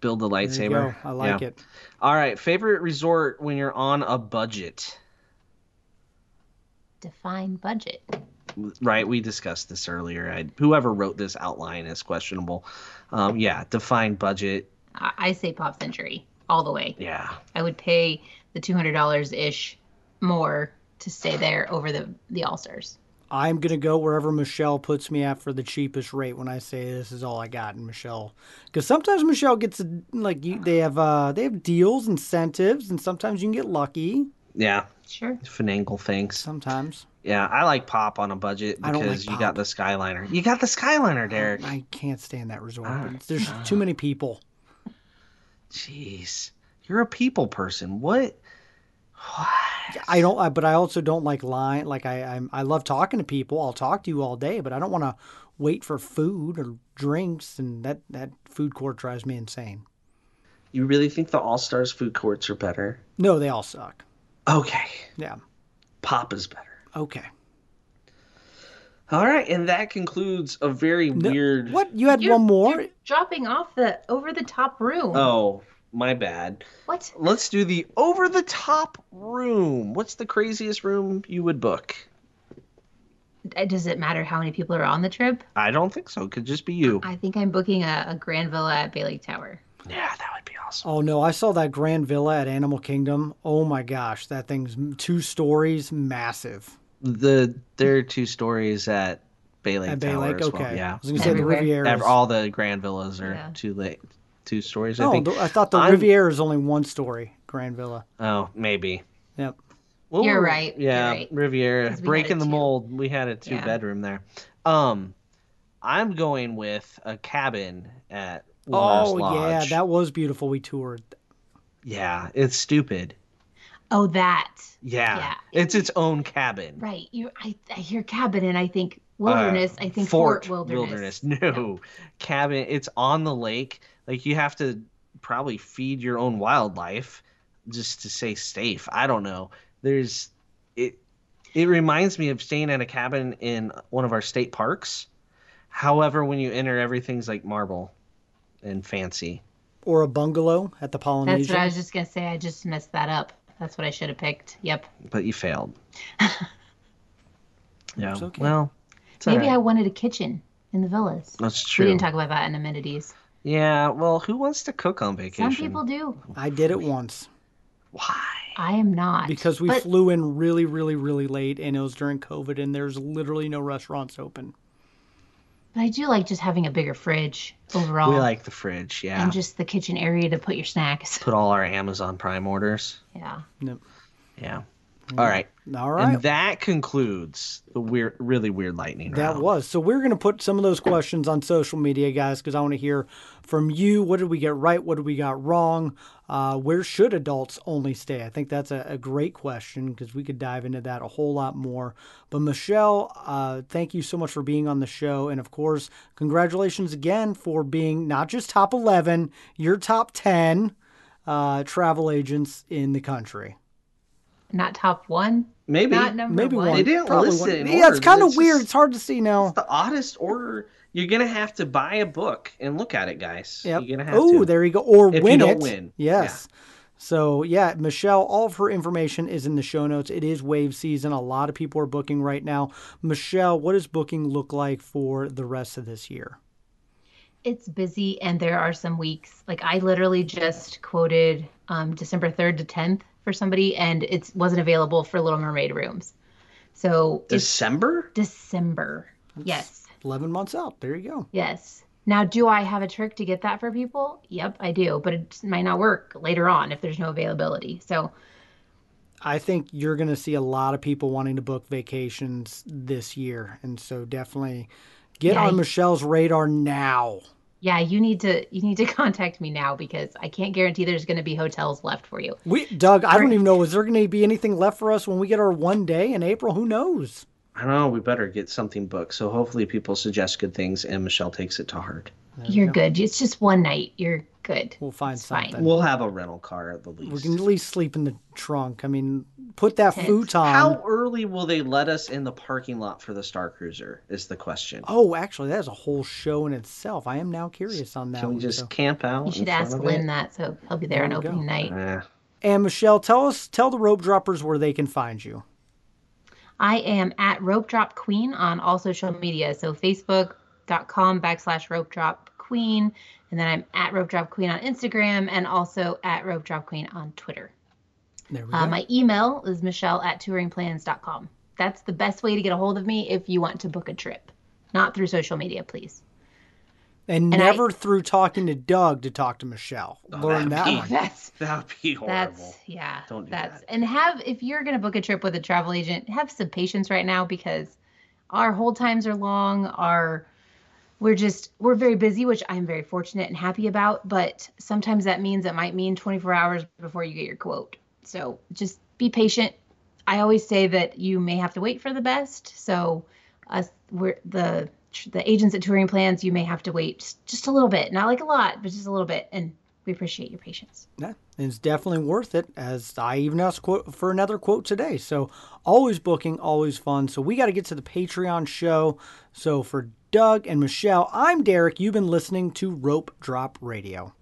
[SPEAKER 4] build the
[SPEAKER 1] There you
[SPEAKER 4] lightsaber.
[SPEAKER 1] go. I like
[SPEAKER 4] Yeah.
[SPEAKER 1] it.
[SPEAKER 4] All right, favorite resort when you're on a budget.
[SPEAKER 5] Define budget.
[SPEAKER 4] Right, we discussed this earlier. I, whoever wrote this outline is questionable. Um, yeah, define budget.
[SPEAKER 5] I, I say Pop Century all the way.
[SPEAKER 4] Yeah,
[SPEAKER 5] I would pay the two hundred dollars ish more to stay there over the the All Stars.
[SPEAKER 1] I'm gonna go wherever Michelle puts me at for the cheapest rate when I say this is all I got in Michelle, because sometimes Michelle gets like you, they have uh, they have deals, incentives, and sometimes you can get lucky.
[SPEAKER 4] yeah,
[SPEAKER 5] Sure.
[SPEAKER 4] finagle things.
[SPEAKER 1] Sometimes
[SPEAKER 4] Yeah, I like pop on a budget
[SPEAKER 1] I don't
[SPEAKER 4] because
[SPEAKER 1] like
[SPEAKER 4] you
[SPEAKER 1] pop.
[SPEAKER 4] got
[SPEAKER 1] Oh
[SPEAKER 4] the Skyliner. You got the Skyliner, Derek.
[SPEAKER 1] I can't stand that resort.
[SPEAKER 5] Ah,
[SPEAKER 1] but it's- There's too many people.
[SPEAKER 4] Jeez, you're a people person. What?
[SPEAKER 1] I don't, I, but I also don't like lying. Like I, I'm, I love talking to people. I'll talk to you all day, but I don't want to wait for food or drinks, and that that food court drives me insane.
[SPEAKER 4] You really think the All Stars food courts are better?
[SPEAKER 1] No, they all suck.
[SPEAKER 4] Okay,
[SPEAKER 1] Yeah.
[SPEAKER 4] pop is better.
[SPEAKER 1] Okay.
[SPEAKER 4] All right, and that concludes a very
[SPEAKER 1] No-
[SPEAKER 4] weird.
[SPEAKER 1] What you had
[SPEAKER 5] You're-
[SPEAKER 1] one more?
[SPEAKER 5] you're dropping off the over the top room.
[SPEAKER 4] Oh, my bad.
[SPEAKER 5] What?
[SPEAKER 4] Let's do the over the top room. What's the craziest room you would book?
[SPEAKER 5] Uh, Does it matter how many people are on the trip?
[SPEAKER 4] I don't think so. Could just be you.
[SPEAKER 5] I think I'm booking a, a grand villa at Bay Lake Tower.
[SPEAKER 4] Yeah, that would be awesome.
[SPEAKER 1] Oh no, I saw that Grand Villa at Animal Kingdom. Oh my gosh, that thing's m- two stories, massive.
[SPEAKER 4] The there are two stories at Bay Lake
[SPEAKER 1] At Bay
[SPEAKER 4] Tower
[SPEAKER 1] Lake,
[SPEAKER 4] as
[SPEAKER 1] okay.
[SPEAKER 4] well. Yeah,
[SPEAKER 1] I was gonna say the
[SPEAKER 5] Everywhere.
[SPEAKER 1] Riviera.
[SPEAKER 4] Ev- all the grand villas are
[SPEAKER 5] Yeah.
[SPEAKER 4] two late two stories. I
[SPEAKER 1] no,
[SPEAKER 4] think.
[SPEAKER 1] th- I thought Oh, the
[SPEAKER 4] I'm-
[SPEAKER 1] Riviera is only one story. Grand Villa.
[SPEAKER 4] Oh, maybe.
[SPEAKER 1] Yep.
[SPEAKER 4] Well,
[SPEAKER 5] You're
[SPEAKER 4] we're-
[SPEAKER 5] right, you're
[SPEAKER 4] Yeah,
[SPEAKER 5] right.
[SPEAKER 4] Riviera
[SPEAKER 5] 'Cause we had
[SPEAKER 4] breaking
[SPEAKER 5] a
[SPEAKER 4] the
[SPEAKER 5] two.
[SPEAKER 4] mold. We had a two
[SPEAKER 5] Yeah.
[SPEAKER 4] bedroom there. Um, I'm going with a cabin at. Wilderness
[SPEAKER 1] Oh yeah,
[SPEAKER 4] Lodge.
[SPEAKER 1] that was beautiful. We toured.
[SPEAKER 4] yeah, it's stupid.
[SPEAKER 5] Oh, that.
[SPEAKER 4] Yeah,
[SPEAKER 5] Yeah.
[SPEAKER 4] it's its own cabin. Uh,
[SPEAKER 5] Right. You. I, I hear cabin and I think wilderness. I think Fort, Wilderness.
[SPEAKER 4] No. cabin. It's on the lake. Like you have to probably feed your own wildlife just to stay safe. I don't know. There's it. It reminds me of staying at a cabin in one of our state parks. However, when you enter, everything's like marble and fancy.
[SPEAKER 1] Or a bungalow at the Polynesian.
[SPEAKER 5] That's what I was just gonna say. I just messed that up. That's what I should have picked. Yep.
[SPEAKER 4] But you failed. yeah.
[SPEAKER 1] It's okay.
[SPEAKER 4] Well, it's
[SPEAKER 5] Maybe I
[SPEAKER 4] alright.
[SPEAKER 5] wanted a kitchen in the villas.
[SPEAKER 4] That's
[SPEAKER 5] We
[SPEAKER 4] true.
[SPEAKER 5] didn't talk about that in amenities.
[SPEAKER 4] yeah. Well, who wants to cook on vacation?
[SPEAKER 5] Some people do.
[SPEAKER 1] I did it once
[SPEAKER 4] Why?
[SPEAKER 5] I am not.
[SPEAKER 1] because we
[SPEAKER 5] But
[SPEAKER 1] flew in really, really, really late, and it was during COVID, and there's literally no restaurants open.
[SPEAKER 5] But I do like just having a bigger fridge overall.
[SPEAKER 4] We like the fridge, yeah.
[SPEAKER 5] And just the kitchen area to put your snacks.
[SPEAKER 4] Put all our Amazon Prime orders.
[SPEAKER 5] Yeah.
[SPEAKER 1] No.
[SPEAKER 4] Yeah.
[SPEAKER 5] Mm.
[SPEAKER 4] All right.
[SPEAKER 1] All right.
[SPEAKER 4] And that concludes the weird, really weird lightning
[SPEAKER 1] That
[SPEAKER 4] round.
[SPEAKER 1] was. So we're going to put some of those questions on social media, guys, because I want to hear from you. What did we get right? What did we got wrong? Uh, where should adults only stay? I think that's a, a great question because we could dive into that a whole lot more. But Michelle, uh, thank you so much for being on the show. And of course, congratulations again for being not just top 11, you're top 10 uh, travel agents in the country.
[SPEAKER 5] Not top one.
[SPEAKER 4] Maybe.
[SPEAKER 5] Not number
[SPEAKER 1] Maybe
[SPEAKER 5] one.
[SPEAKER 1] one.
[SPEAKER 4] They didn't
[SPEAKER 1] Probably
[SPEAKER 4] list
[SPEAKER 1] one.
[SPEAKER 4] it in
[SPEAKER 1] Yeah,
[SPEAKER 4] order,
[SPEAKER 1] it's kind
[SPEAKER 4] but
[SPEAKER 1] of
[SPEAKER 4] it's
[SPEAKER 1] weird.
[SPEAKER 4] just-
[SPEAKER 1] it's hard to see now.
[SPEAKER 4] It's the oddest order. You're going to have to buy a book and look at it, guys.
[SPEAKER 1] Yep.
[SPEAKER 4] You're going to have
[SPEAKER 1] Oh,
[SPEAKER 4] to.
[SPEAKER 1] there you go. Or
[SPEAKER 4] If you
[SPEAKER 1] win
[SPEAKER 4] don't
[SPEAKER 1] it.
[SPEAKER 4] win.
[SPEAKER 1] Yes. So, yeah, Michelle, all of her information is in the show notes. It is wave season. A lot of people are booking right now. Michelle, what does booking look like for the rest of this year?
[SPEAKER 5] It's busy, and there are some weeks. Like, I literally just quoted um, December 3rd to 10th for somebody, and it wasn't available for Little Mermaid rooms. So, it's
[SPEAKER 4] December?
[SPEAKER 5] December. Yes.
[SPEAKER 1] 11 months out. There you go.
[SPEAKER 5] Yes. Now, do I have a trick to get that for people? Yep, I do, but it might not work later on if there's no availability. So,
[SPEAKER 1] I think you're going to see a lot of people wanting to book vacations this year. And so, definitely get
[SPEAKER 5] Yeah,
[SPEAKER 1] on
[SPEAKER 5] I-
[SPEAKER 1] Michelle's radar now.
[SPEAKER 5] yeah, you need to you need to contact me now because I can't guarantee there's going to be hotels left for you.
[SPEAKER 1] We, Doug, I don't even know. Is there going to be anything left for us when we get our one day in April? Who knows?
[SPEAKER 4] I don't know. We better get something booked. So hopefully people suggest good things and Michelle takes it to heart.
[SPEAKER 5] You're good. It's just one night. You're good.
[SPEAKER 1] We'll find
[SPEAKER 5] fine.
[SPEAKER 1] something.
[SPEAKER 4] We'll have a rental car at the
[SPEAKER 1] We
[SPEAKER 4] least.
[SPEAKER 1] can at least sleep in the trunk. I mean, put that futon.
[SPEAKER 4] How early will they let us in the parking lot for the Star Cruiser? Is the question.
[SPEAKER 1] Oh, actually, that is a whole show in itself. I am now curious on that
[SPEAKER 4] Can we
[SPEAKER 1] one.
[SPEAKER 4] just
[SPEAKER 1] so.
[SPEAKER 4] camp out?
[SPEAKER 5] You
[SPEAKER 4] in
[SPEAKER 5] should
[SPEAKER 4] front
[SPEAKER 5] ask
[SPEAKER 4] of
[SPEAKER 5] Lynn
[SPEAKER 4] it?
[SPEAKER 5] that, so he'll be there on opening night.
[SPEAKER 4] Eh.
[SPEAKER 1] And Michelle, tell us, tell the rope droppers where they can find you.
[SPEAKER 5] I am at Rope Drop Queen on all social media. So Facebook.com backslash Rope Drop Queen. And then I'm at Rope Drop Queen on Instagram and also at Rope Drop Queen on Twitter.
[SPEAKER 1] There we
[SPEAKER 5] Uh,
[SPEAKER 1] go.
[SPEAKER 5] my email is Michelle at touringplans.com. That's the best way to get a hold of me if you want to book a trip, not through social media, please.
[SPEAKER 1] and,
[SPEAKER 5] and I-
[SPEAKER 1] never through talking to Doug to talk to Michelle.
[SPEAKER 4] Oh,
[SPEAKER 1] Learn that one.
[SPEAKER 5] That's
[SPEAKER 4] That would be horrible.
[SPEAKER 5] That's yeah.
[SPEAKER 4] Don't do
[SPEAKER 5] that's
[SPEAKER 4] that.
[SPEAKER 5] and have if you're gonna book a trip with a travel agent, have some patience right now because our hold times are long. Our we're just we're very busy, which I'm very fortunate and happy about. But sometimes that means it might mean 24 hours before you get your quote. So just be patient. I always say that you may have to wait for the best. So us we're the the agents at touring plans you may have to wait just- just a little bit not like a lot but just a little bit and we appreciate your patience
[SPEAKER 1] Yeah, and it's definitely worth it. As I even asked quote for another quote today. So always booking, always fun. So we got to get to the Patreon show. So for Doug and Michelle, I'm Derek. You've been listening to Rope Drop Radio.